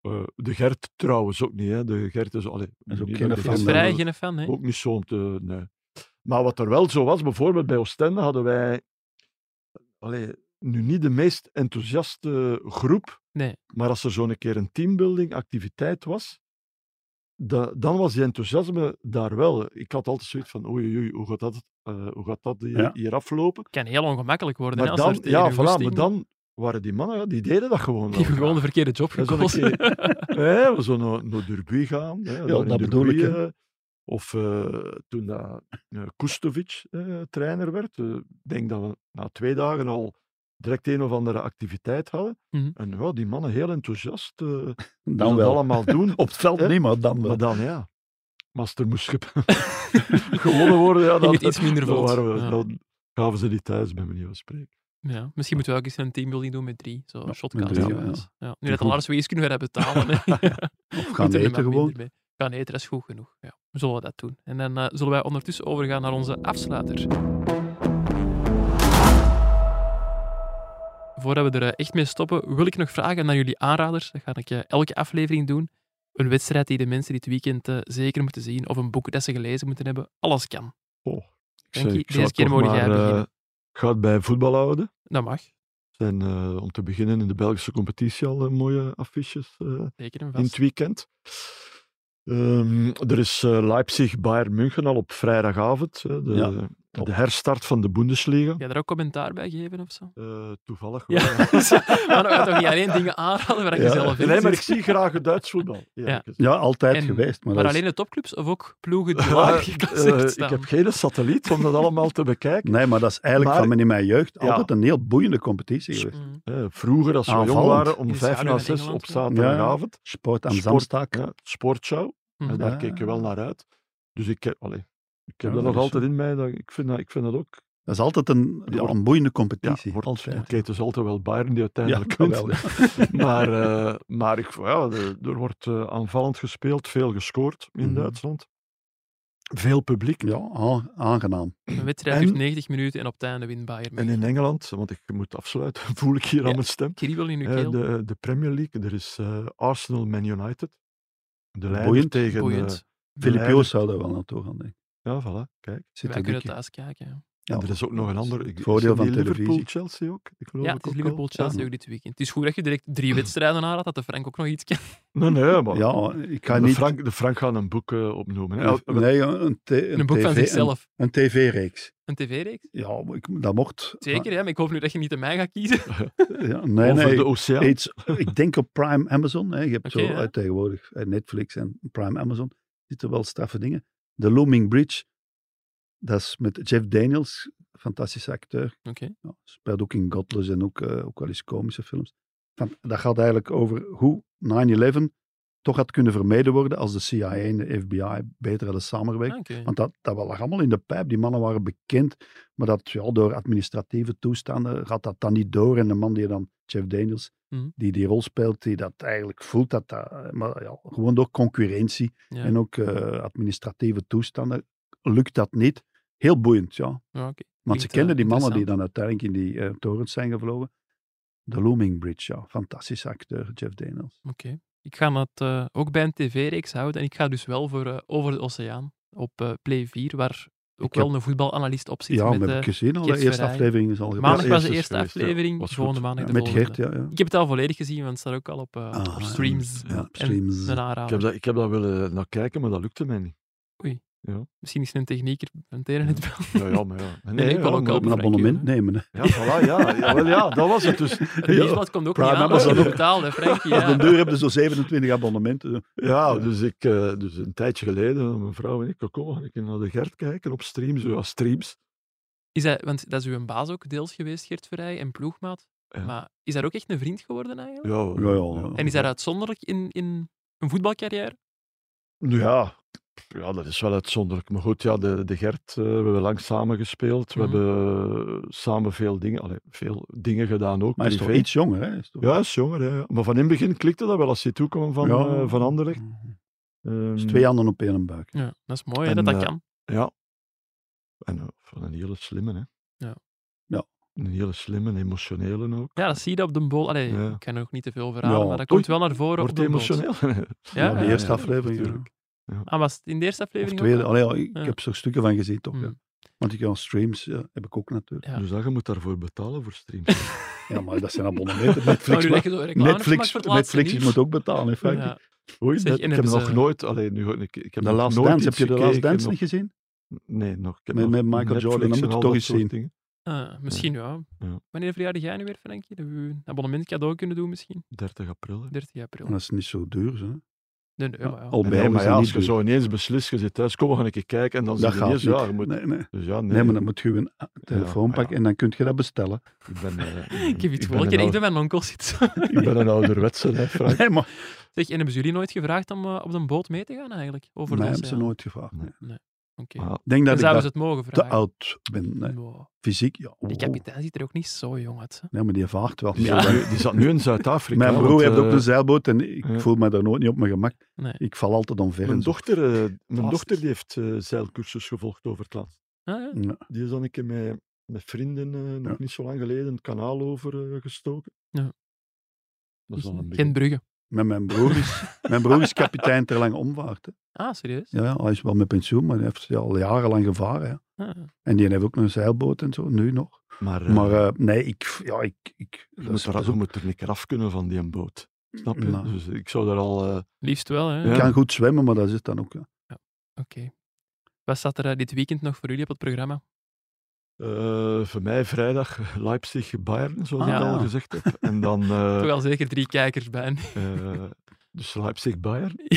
D: eh, de Gert trouwens ook niet. Hè. De Gert is... Allee,
C: is ook
D: niet
C: geen
D: dat ik
C: fan,
D: dat
C: hè.
A: Vrij
D: ben,
A: geen fan, hè?
D: Ook niet zo om te... Nee. Maar wat er wel zo was, bijvoorbeeld bij Oostende hadden wij... Allee, nu niet de meest enthousiaste groep.
A: Nee.
D: Maar als er zo'n keer een teambuilding activiteit was... da- dan was die enthousiasme daar wel. Ik had altijd zoiets van, oei, oei, oei, hoe gaat dat, eh, hoe gaat dat hier,
C: Ja.
D: hier aflopen?
A: Kan heel ongemakkelijk worden. hè,
D: Maar
A: als
D: dan,
A: er tegen
D: ja,
A: een
D: voilà,
A: goesting-
D: maar dan waren die mannen, ja, die deden dat gewoon.
A: Die hebben gewoon de verkeerde job
D: Ja, zo'n
A: gekozen.
D: Hè, we zo naar, naar Derby gaan. Hè, daar in
C: dat bedoel
D: Derby,
C: ik, hè.
D: eh, Of eh, toen dat, eh, Kustovic eh, trainer werd. eh, Ik denk dat we na twee dagen al direct een of andere activiteit hadden.
A: Mhm.
D: En ja, die mannen heel enthousiast. eh, die
C: Dan
D: dat
C: wel.
D: allemaal doen.
C: Op het veld
D: Hè?
C: niet, maar dan wel.
D: maar dan, ja. Master moest gep- gewonnen worden. Ja,
A: Ging
D: dan,
A: het iets minder
D: dan,
A: vlot.
D: waren we-
A: Ja.
D: dan gaven ze niet thuis, bij manier van spreken.
A: Ja, misschien moeten we ook eens een teambuilding doen met drie. Zo,
C: Ja,
A: shotcast.
C: met drie,
A: ja,
C: ja.
A: Ja. Nu dat de Lars Wees kunnen we dat betalen. hè.
C: Of gaan
A: Moeten we er maar
C: eten gewoon.
A: minder bij. Gaan eten, dat is goed genoeg. Ja, dan zullen we dat doen. En dan eh, zullen wij ondertussen overgaan naar onze afsluiter. Voordat we er eh, echt mee stoppen, wil ik nog vragen naar jullie aanraders. Dat ga ik eh, elke aflevering doen. Een wedstrijd die de mensen dit weekend eh, zeker moeten zien, of een boek dat ze gelezen moeten hebben. Alles kan.
D: Ik
A: Frankie,
D: ik zou
A: deze keer
D: toch
A: mogen jij
D: maar, eh,
A: beginnen.
D: Ik ga het bij voetbal houden.
A: Dat mag.
D: zijn eh, om te beginnen in de Belgische competitie al eh, mooie affiches eh,
A: Zeker en
D: in het
A: vast.
D: weekend. Ehm, er is eh, Leipzig-Bayern München al op vrijdagavond. eh, de
C: Ja.
D: de herstart van de Bundesliga.
A: Jij daar ook commentaar bij geven of zo?
D: Eh, toevallig wel.
A: Ja, maar dan kan je toch niet alleen dingen aanraden waar je
D: Ja.
A: zelf in
D: Nee, maar ik
A: zit?
D: zie graag het Duits voetbal. eerlijk gezegd.
C: Ja, altijd
A: En-
C: geweest. Maar,
A: Maar
C: dat is-
A: alleen de topclubs of ook ploegen die
D: Maar,
A: laag
D: eh,
A: geclasseerd
D: ik
A: staan?
D: heb geen satelliet om dat allemaal te bekijken.
C: Nee, maar dat is eigenlijk
D: Maar-
C: van mijn in mijn jeugd
D: Ja.
C: altijd een heel boeiende competitie geweest.
A: Mm.
D: Eh, vroeger, als we jong
C: Aanvallend.
D: waren, om
A: In het
D: vijf
A: stadion
D: na
A: in
D: zes
A: Engeland,
D: op
A: ja.
D: zaterdagavond,
C: Sport aan
D: Sport-
C: Zamstak.
D: ja, sportshow,
A: Mhm.
D: en daar
C: Ja.
D: keek je wel naar uit. Dus ik, heb- allee, ik heb
C: Ja,
D: dat
C: dat
D: nog
C: is
D: altijd in mij. Dat, ik, vind dat, ik vind dat ook.
C: Dat is altijd een, ja,
D: wordt-
C: een boeiende
D: Ja,
C: competitie.
D: wordt,
C: altijd.
D: het heet dus altijd wel Bayern die
C: Ja,
D: uiteindelijk wint.
C: wel.
D: maar eh, maar ik, ja, er er wordt eh, aanvallend gespeeld, veel gescoord in
C: Mhm.
D: Duitsland. Veel publiek.
C: Ja, aan- aangenaam.
A: Een wedstrijd
D: En-
A: duurt 90 minuten en op het einde wint Bayern.
D: En in Engeland, want ik moet afsluiten, voel ik hier
A: Ja.
D: aan mijn stem.
A: Kriebel in uw
D: Eh,
A: keel.
D: de, de Premier League, er is eh, Arsenal Man United. De leider
C: Boeiend.
D: tegen...
A: Boeiend.
D: eh, de
C: Filip
D: leider-
C: Joos zou daar wel naartoe gaan, denk ik.
D: Ja, voilà, kijk.
C: Zit
A: Wij
C: er
A: kunnen
C: dik in.
A: thuis kijken. ja.
C: Ja.
D: En er is ook nog een ander. ik-
C: Het voordeel
D: is
C: van
D: die
C: televisie.
D: Liverpool-Chelsea ook. Ik geloof
A: Ja,
D: ik
A: het is
D: ook wel.
A: Liverpool-Chelsea
D: Ja.
A: ook dit weekend. Het is goed dat je direct drie wedstrijden aanraadt, dat de Frank ook nog iets kent.
D: Nee, nee, maar...
C: Ja, ik ga
D: de,
C: niet...
D: Frank, de Frank gaat een boek eh, opnoemen. Hè.
C: een- nee, een, t- een,
A: Een boek van
C: TV
A: zichzelf.
C: Een, een tv-reeks.
A: Een tv-reeks?
C: Ja, ik, dat mocht.
A: Zeker, ja, maar ik hoop nu dat je niet aan mij gaat kiezen.
C: Ja, nee,
D: Over
C: nee.
D: de oceaan.
C: Iets, ik denk op Prime Amazon. Hè. Je hebt
A: Oké,
C: zo
A: ja.
C: eh, tegenwoordig eh, Netflix en Prime Amazon. Zitten wel straffe dingen. The Looming Bridge. Dat is met Jeff Daniels. Fantastische acteur.
A: Oké.
C: Ja, speelt ook in Godless en ook, eh, ook wel eens komische films. Van, dat gaat eigenlijk over hoe 9-11 toch had kunnen vermeden worden als de CIA en de FBI beter hadden samengewerkt.
A: Ah, oké.
C: Want dat, dat lag allemaal in de pijp. Die mannen waren bekend. Maar dat, ja, door administratieve toestanden gaat dat dan niet door. En de man die dan, Jeff Daniels,
A: Mhm.
C: die die rol speelt, die dat eigenlijk voelt. Dat dat, maar ja, gewoon door concurrentie
A: Ja.
C: en ook eh, administratieve toestanden lukt dat niet. Heel boeiend, ja.
A: Ja, oké.
C: Want
A: Klinkt,
C: ze
A: eh,
C: kenden die mannen die
A: interessant.
C: dan uiteindelijk in die eh, torens zijn gevlogen. The Looming Bridge, ja. Fantastische acteur, Jeff Daniels.
A: Oké. Ik ga het eh, ook bij een tv-reeks houden. En ik ga dus wel voor eh, Over de Oceaan op eh, Play 4, waar ook
C: heb-
A: wel een voetbalanalist op zit.
C: ja,
A: met,
C: maar
A: eh,
C: heb ik gezien al.
A: Kees
C: De eerste
A: Verheij.
C: aflevering is al gebeurd.
A: maandag
D: Ja,
A: was de
D: eerst is
A: eerste
D: geweest, ja.
A: aflevering,
D: Was goed.
A: volgende maandag
C: Ja,
A: de
C: met
A: volgende.
C: Gert, ja. ja.
A: Ik heb het al volledig gezien, want het staat ook al op, eh,
C: Ah,
A: op streams.
C: Ja, op
A: En
C: streams.
A: Een aanrader.
D: Ik heb, dat, ik heb dat willen eh, naar kijken, maar dat lukte mij niet.
A: Misschien is het een technieker van het ene het wel.
D: Ja, ja, maar ja. Nee,
A: ik wil
D: ja,
A: ook
D: maar-
A: al-
C: een
A: Frank,
C: abonnement
A: hè?
C: nemen. hè.
D: Ja, voilà, ja. Jawel, ja, dat was het dus.
A: Het nieuwsblad komt ook
C: Prime
A: niet aan,
C: Amazon
A: dat
C: ook.
A: betaald, hè, Frankie.
C: Op de
A: Ja.
C: deur hebben ze zo 27 abonnementen.
D: Ja, dus, ik, eh, dus een tijdje geleden, mijn vrouw en ik, kom, we gaan een keer naar de Gert kijken op streams, ja, streams.
A: Is hij, want dat is uw baas ook deels geweest, Gert Verrij, en ploegmaat.
D: Ja.
A: Maar is hij ook echt een vriend geworden eigenlijk?
D: Ja,
C: Ja, ja.
A: En is hij uitzonderlijk in, in een voetbalcarrière?
D: Nou Ja, ja, dat is wel uitzonderlijk. Maar goed, ja, de, de Gert, eh, we hebben lang samen gespeeld. We
A: Mhm.
D: hebben eh, samen veel dingen, allee, veel dingen gedaan ook.
C: Maar hij is toch
D: privé.
C: iets jonger, hè? Is toch...
D: Ja, hij is jonger. hè, ja. Maar van in het begin klikte dat wel als hij toekwam van,
C: Ja.
D: eh, van Anderlecht.
C: Dus
D: Ehm,
C: twee handen op één buik.
A: Ja, dat is mooi hè, dat
D: En,
A: dat
D: eh,
A: kan.
D: Ja. En eh, van een hele slimme, hè.
A: Ja.
C: Ja.
D: Een hele slimme, een emotionele ook.
A: Ja, dat zie je op de bol. Allee,
D: ja.
A: ik kan er nog niet te veel over halen,
C: Ja,
A: maar dat
D: toch
A: komt wel naar voren op
D: Wordt
A: de
D: hij
A: bol.
D: emotioneel?
A: Ja,
C: Ja,
A: ja,
C: de eerste
A: ja,
C: aflevering. ja.
D: natuurlijk.
A: Ah, was het in de eerste
C: Of
A: aflevering?
C: tweede.
A: ook al?
C: Allee, ja, ik
A: Ja.
C: heb er stukken van gezien, toch? ja.
A: Hmm.
C: Want ik aan streams ja, heb ik ook natuurlijk.
A: Ja.
D: Dus dat, je moet daarvoor betalen voor streams.
C: Ja, maar dat zijn abonnementen.
A: Nou,
C: Netflix,
A: nu dat je
C: maar-
A: zo reclame hebt gemaakt
C: Netflix,
A: voor het laatste
C: Netflix
A: nieuws.
C: moet ook betalen, in feite.
A: Ja.
D: Oei,
A: Zeg, eh,
D: net-
A: en
D: ik heb
A: hebben
D: nog
A: ze-
D: nooit... Allee, nu, ga ik, ik heb
C: De
D: nog
C: Last
D: nooit
C: Dance, heb
D: iets
C: je de Last
D: gekeken
C: Dance
D: op-
C: niet gezien?
D: Nee, nog. ik heb
C: Met-
D: nog
C: met Michael
D: Netflix
C: Jordan, dan
D: en
C: moet je
D: al
C: toch
D: dat
C: eens
D: soort
C: zien.
D: dingen.
A: Ah, misschien ja.
D: Ja.
A: Wanneer verjaardag jij nu weer, Frankie? Dat we een abonnement cadeau kunnen doen misschien?
D: 30 april. hè.
A: 30 april.
C: Dat is niet zo duur, hè?
A: Nee, nee, maar ja.
C: Al bij
D: Nee,
C: ons
D: maar
C: is
D: ja,
C: dat
D: als
C: niet
D: je
C: duur.
D: zo ineens beslist, je zit thuis, kom, we gaan een keer kijken. En dan
C: Dat
D: zeg je
C: gaat
D: ineens,
C: niet.
D: ja, je moet...
C: Nee, nee.
D: Dus ja, nee.
C: Nee, maar dan moet je een ah, telefoon
D: maar ja.
C: pakken en dan kun je dat bestellen.
D: ik ben, eh,
A: Ik heb iets
D: ben
A: gewoon. Ik
D: een
A: denk
D: oude-
A: dat mijn onkel zit.
D: Ik ben een ouderwetse, hè, Frank.
C: Nee, maar
A: Zeg, en hebben ze jullie nooit gevraagd om eh, op een boot mee te gaan eigenlijk? Over
C: mij
A: de
C: hebben ze
A: oceaan?
C: nooit gevraagd. nee.
D: Nee.
A: Oké.
D: Ah,
C: Ik
A: Dan
C: denk dat ik
A: zouden ze
C: daar
A: het mogen
C: te
A: vragen.
C: oud ben. nee.
A: Wow.
C: Fysiek, ja.
A: Die
C: oh.
A: kapitein ziet er ook niet zo jong uit. hè.
C: Nee, maar die vaart wel.
D: Die,
C: Ja.
D: zat nu, die zat nu in Zuid-Afrika.
C: Mijn broer
D: want,
C: heeft ook
D: eh,
C: een zeilboot en ik
D: ja.
C: voel me daar nooit niet op mijn gemak.
A: Nee.
C: Ik val altijd omver.
D: Mijn
C: en zo.
D: dochter, eh, mijn
A: Lastig.
D: dochter die heeft eh, zeilcursus gevolgd over het land.
A: Ah, ja.
C: Ja.
D: Die is dan een keer met, met vrienden, eh, nog
C: Ja.
D: niet zo lang geleden, het kanaal overgestoken. gestoken.
A: Ja.
D: Dat is al een
A: Geen
D: beetje...
A: bruggen.
C: Met mijn broer is, mijn broer is kapitein ter lange omvaart. hè.
A: Ah, serieus?
C: Ja, ja, hij is wel met pensioen, maar hij heeft ja, al jarenlang gevaren. hè.
A: Ah.
C: En die heeft ook nog een zeilboot en zo, nu nog.
D: Maar, eh,
C: Maar eh, nee, ik... Ja, ik, ik
D: Je
C: dat
D: moet,
C: is- dat
D: er,
C: is
D: je
C: ook-
D: moet er een keer af kunnen van die boot. Snap je?
C: Nou.
D: Dus ik zou daar al... eh,
A: Liefst wel, hè?
D: Ja.
C: ik kan goed zwemmen, maar dat is het dan ook. ja.
A: Oké. Wat staat er eh, dit weekend nog voor jullie op het programma?
D: Eh, voor mij vrijdag Leipzig-Bayern, zoals
C: Ah.
D: ik al gezegd heb. En dan eh,
A: Toch al zeker drie kijkers bij. Ah,
D: eh, dus Leipzig-Bayern. en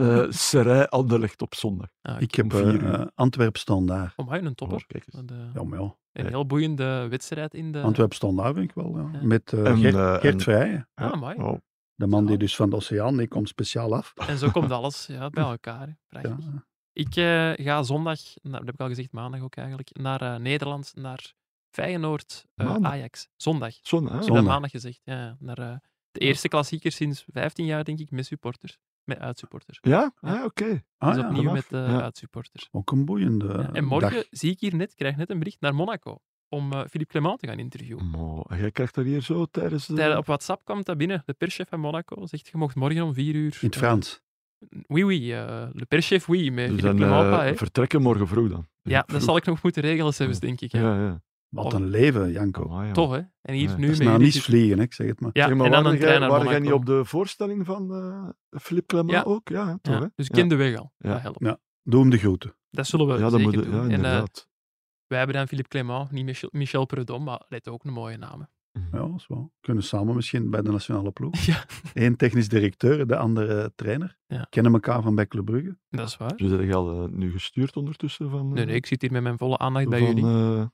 D: eh Serij-Anderlecht op zondag.
A: Ah, oké.
C: Ik heb
D: Om vier
C: eh, eh, Antwerp standaard.
A: Omhoog een
D: Oh,
A: topper.
D: kijk eens.
A: Dat, eh,
C: Ja, maar ja.
A: een heel boeiende wedstrijd in de...
C: Antwerp standaard vind ik wel. Ja.
A: Ja.
C: Met eh,
D: En,
C: Gert,
D: eh,
C: Gert
D: en-
C: Vrijen,
A: Ah, amai.
D: Oh,
C: de man die dus van de oceaan, die komt speciaal af.
A: En zo komt alles ja, bij elkaar. hè. Prachtig.
C: Ja.
A: Ik eh, ga zondag, nou, dat heb ik al gezegd, maandag ook eigenlijk, naar eh, Nederland, naar Feyenoord, eh,
D: Maandag?
A: Ajax. Zondag. Ik
D: zondag. hè?
A: heb dat
C: Zondag.
A: maandag gezegd. Ja, ja. naar eh, de eerste klassieker sinds 15 jaar, denk ik, met supporters. Met uitsupporters.
D: Ja, Ah, oké.
C: Ah,
A: dus
C: ja,
A: opnieuw
D: dat mag.
A: met eh
D: Ja.
A: uitsupporters.
C: ook een boeiende
A: Ja, En
C: eh,
A: morgen
C: dag.
A: zie ik hier net, krijg net een bericht naar Monaco om eh, Philippe Clement te gaan interviewen.
D: Maar jij krijgt dat hier zo tijdens eh, de...
A: Tijdens- Op WhatsApp kwam dat binnen. De perschef van Monaco zegt, je mocht morgen om vier uur...
C: In het
A: eh,
C: Frans.
A: Oui, oui. eh, le perschef, oui. Met
D: Dus
A: Philippe
D: dan,
A: Clement,
D: eh,
A: pas, hè.
D: vertrekken morgen vroeg dan.
A: Ja, dat zal ik nog moeten regelen, zelfs, denk ik.
D: Ja,
A: hè.
D: ja. ja.
C: Wat een leven, Janko.
D: Amai, ja.
A: Tof, hè? En hier
D: Ja.
A: nu
C: Dat
A: met
C: is naar
A: jullie
C: Nice
A: zit-
C: vliegen, hè, ik zeg het maar.
A: Ja,
D: Zeg, maar
A: en dan
D: waren
A: een
D: jij-
A: trein naar
D: waren jij
A: Monaco.
D: niet op de voorstelling van eh Philippe Clement
A: Ja.
D: ook? Ja, hè, toch,
A: Ja,
D: hè?
A: Dus ik
D: ja.
A: ken de weg al.
D: Ja.
A: Dat helpt.
C: Doe hem de groeten.
A: Dat zullen we
D: ja, dat
A: zeker
D: moet,
A: doen.
D: ja,
A: En, eh,
D: inderdaad.
A: wij hebben dan Philippe Clement, niet Michel, Michel Predom, maar let ook een mooie naam.
C: Ja, dat is wel. Kunnen samen misschien bij de nationale ploeg.
A: Ja.
C: Eén technisch directeur, de andere eh, trainer.
A: Ja.
C: Kennen elkaar van bij Club Brugge.
A: Dat is waar.
D: Dus heb je al eh, nu gestuurd ondertussen van, eh,
A: Nee, nee, ik zit hier met mijn volle aandacht bij
D: van
A: jullie.
D: eh,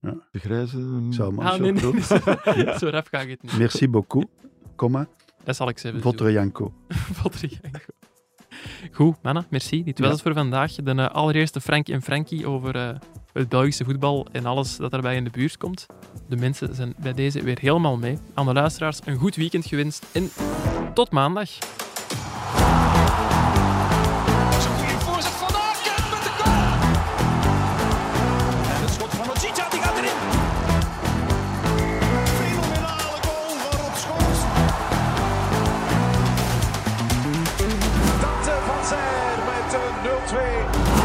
C: Ja.
D: de grijze...
C: Ik zou maar
A: Ah, nee, nee.
D: Ja.
A: Zo rap ga ik het niet.
C: Merci beaucoup, comma,
A: Dat zal ik zelf doen.
C: Votter Janko.
A: Votter Janko. Goed, mannen, merci. Dit was
C: Ja.
A: het voor vandaag. De eh, allereerste Frank en Frankie over eh, het Belgische voetbal en alles dat daarbij in de buurt komt. De mensen zijn bij deze weer helemaal mee. Aan de luisteraars een goed weekend gewenst en tot maandag.
H: Zo'n goede voorzet van Aken met de goal. En het schot van Ojita, die gaat erin. Fenomenale goal van Rob Schoors. eh, Dante van Zijl met een 0-2.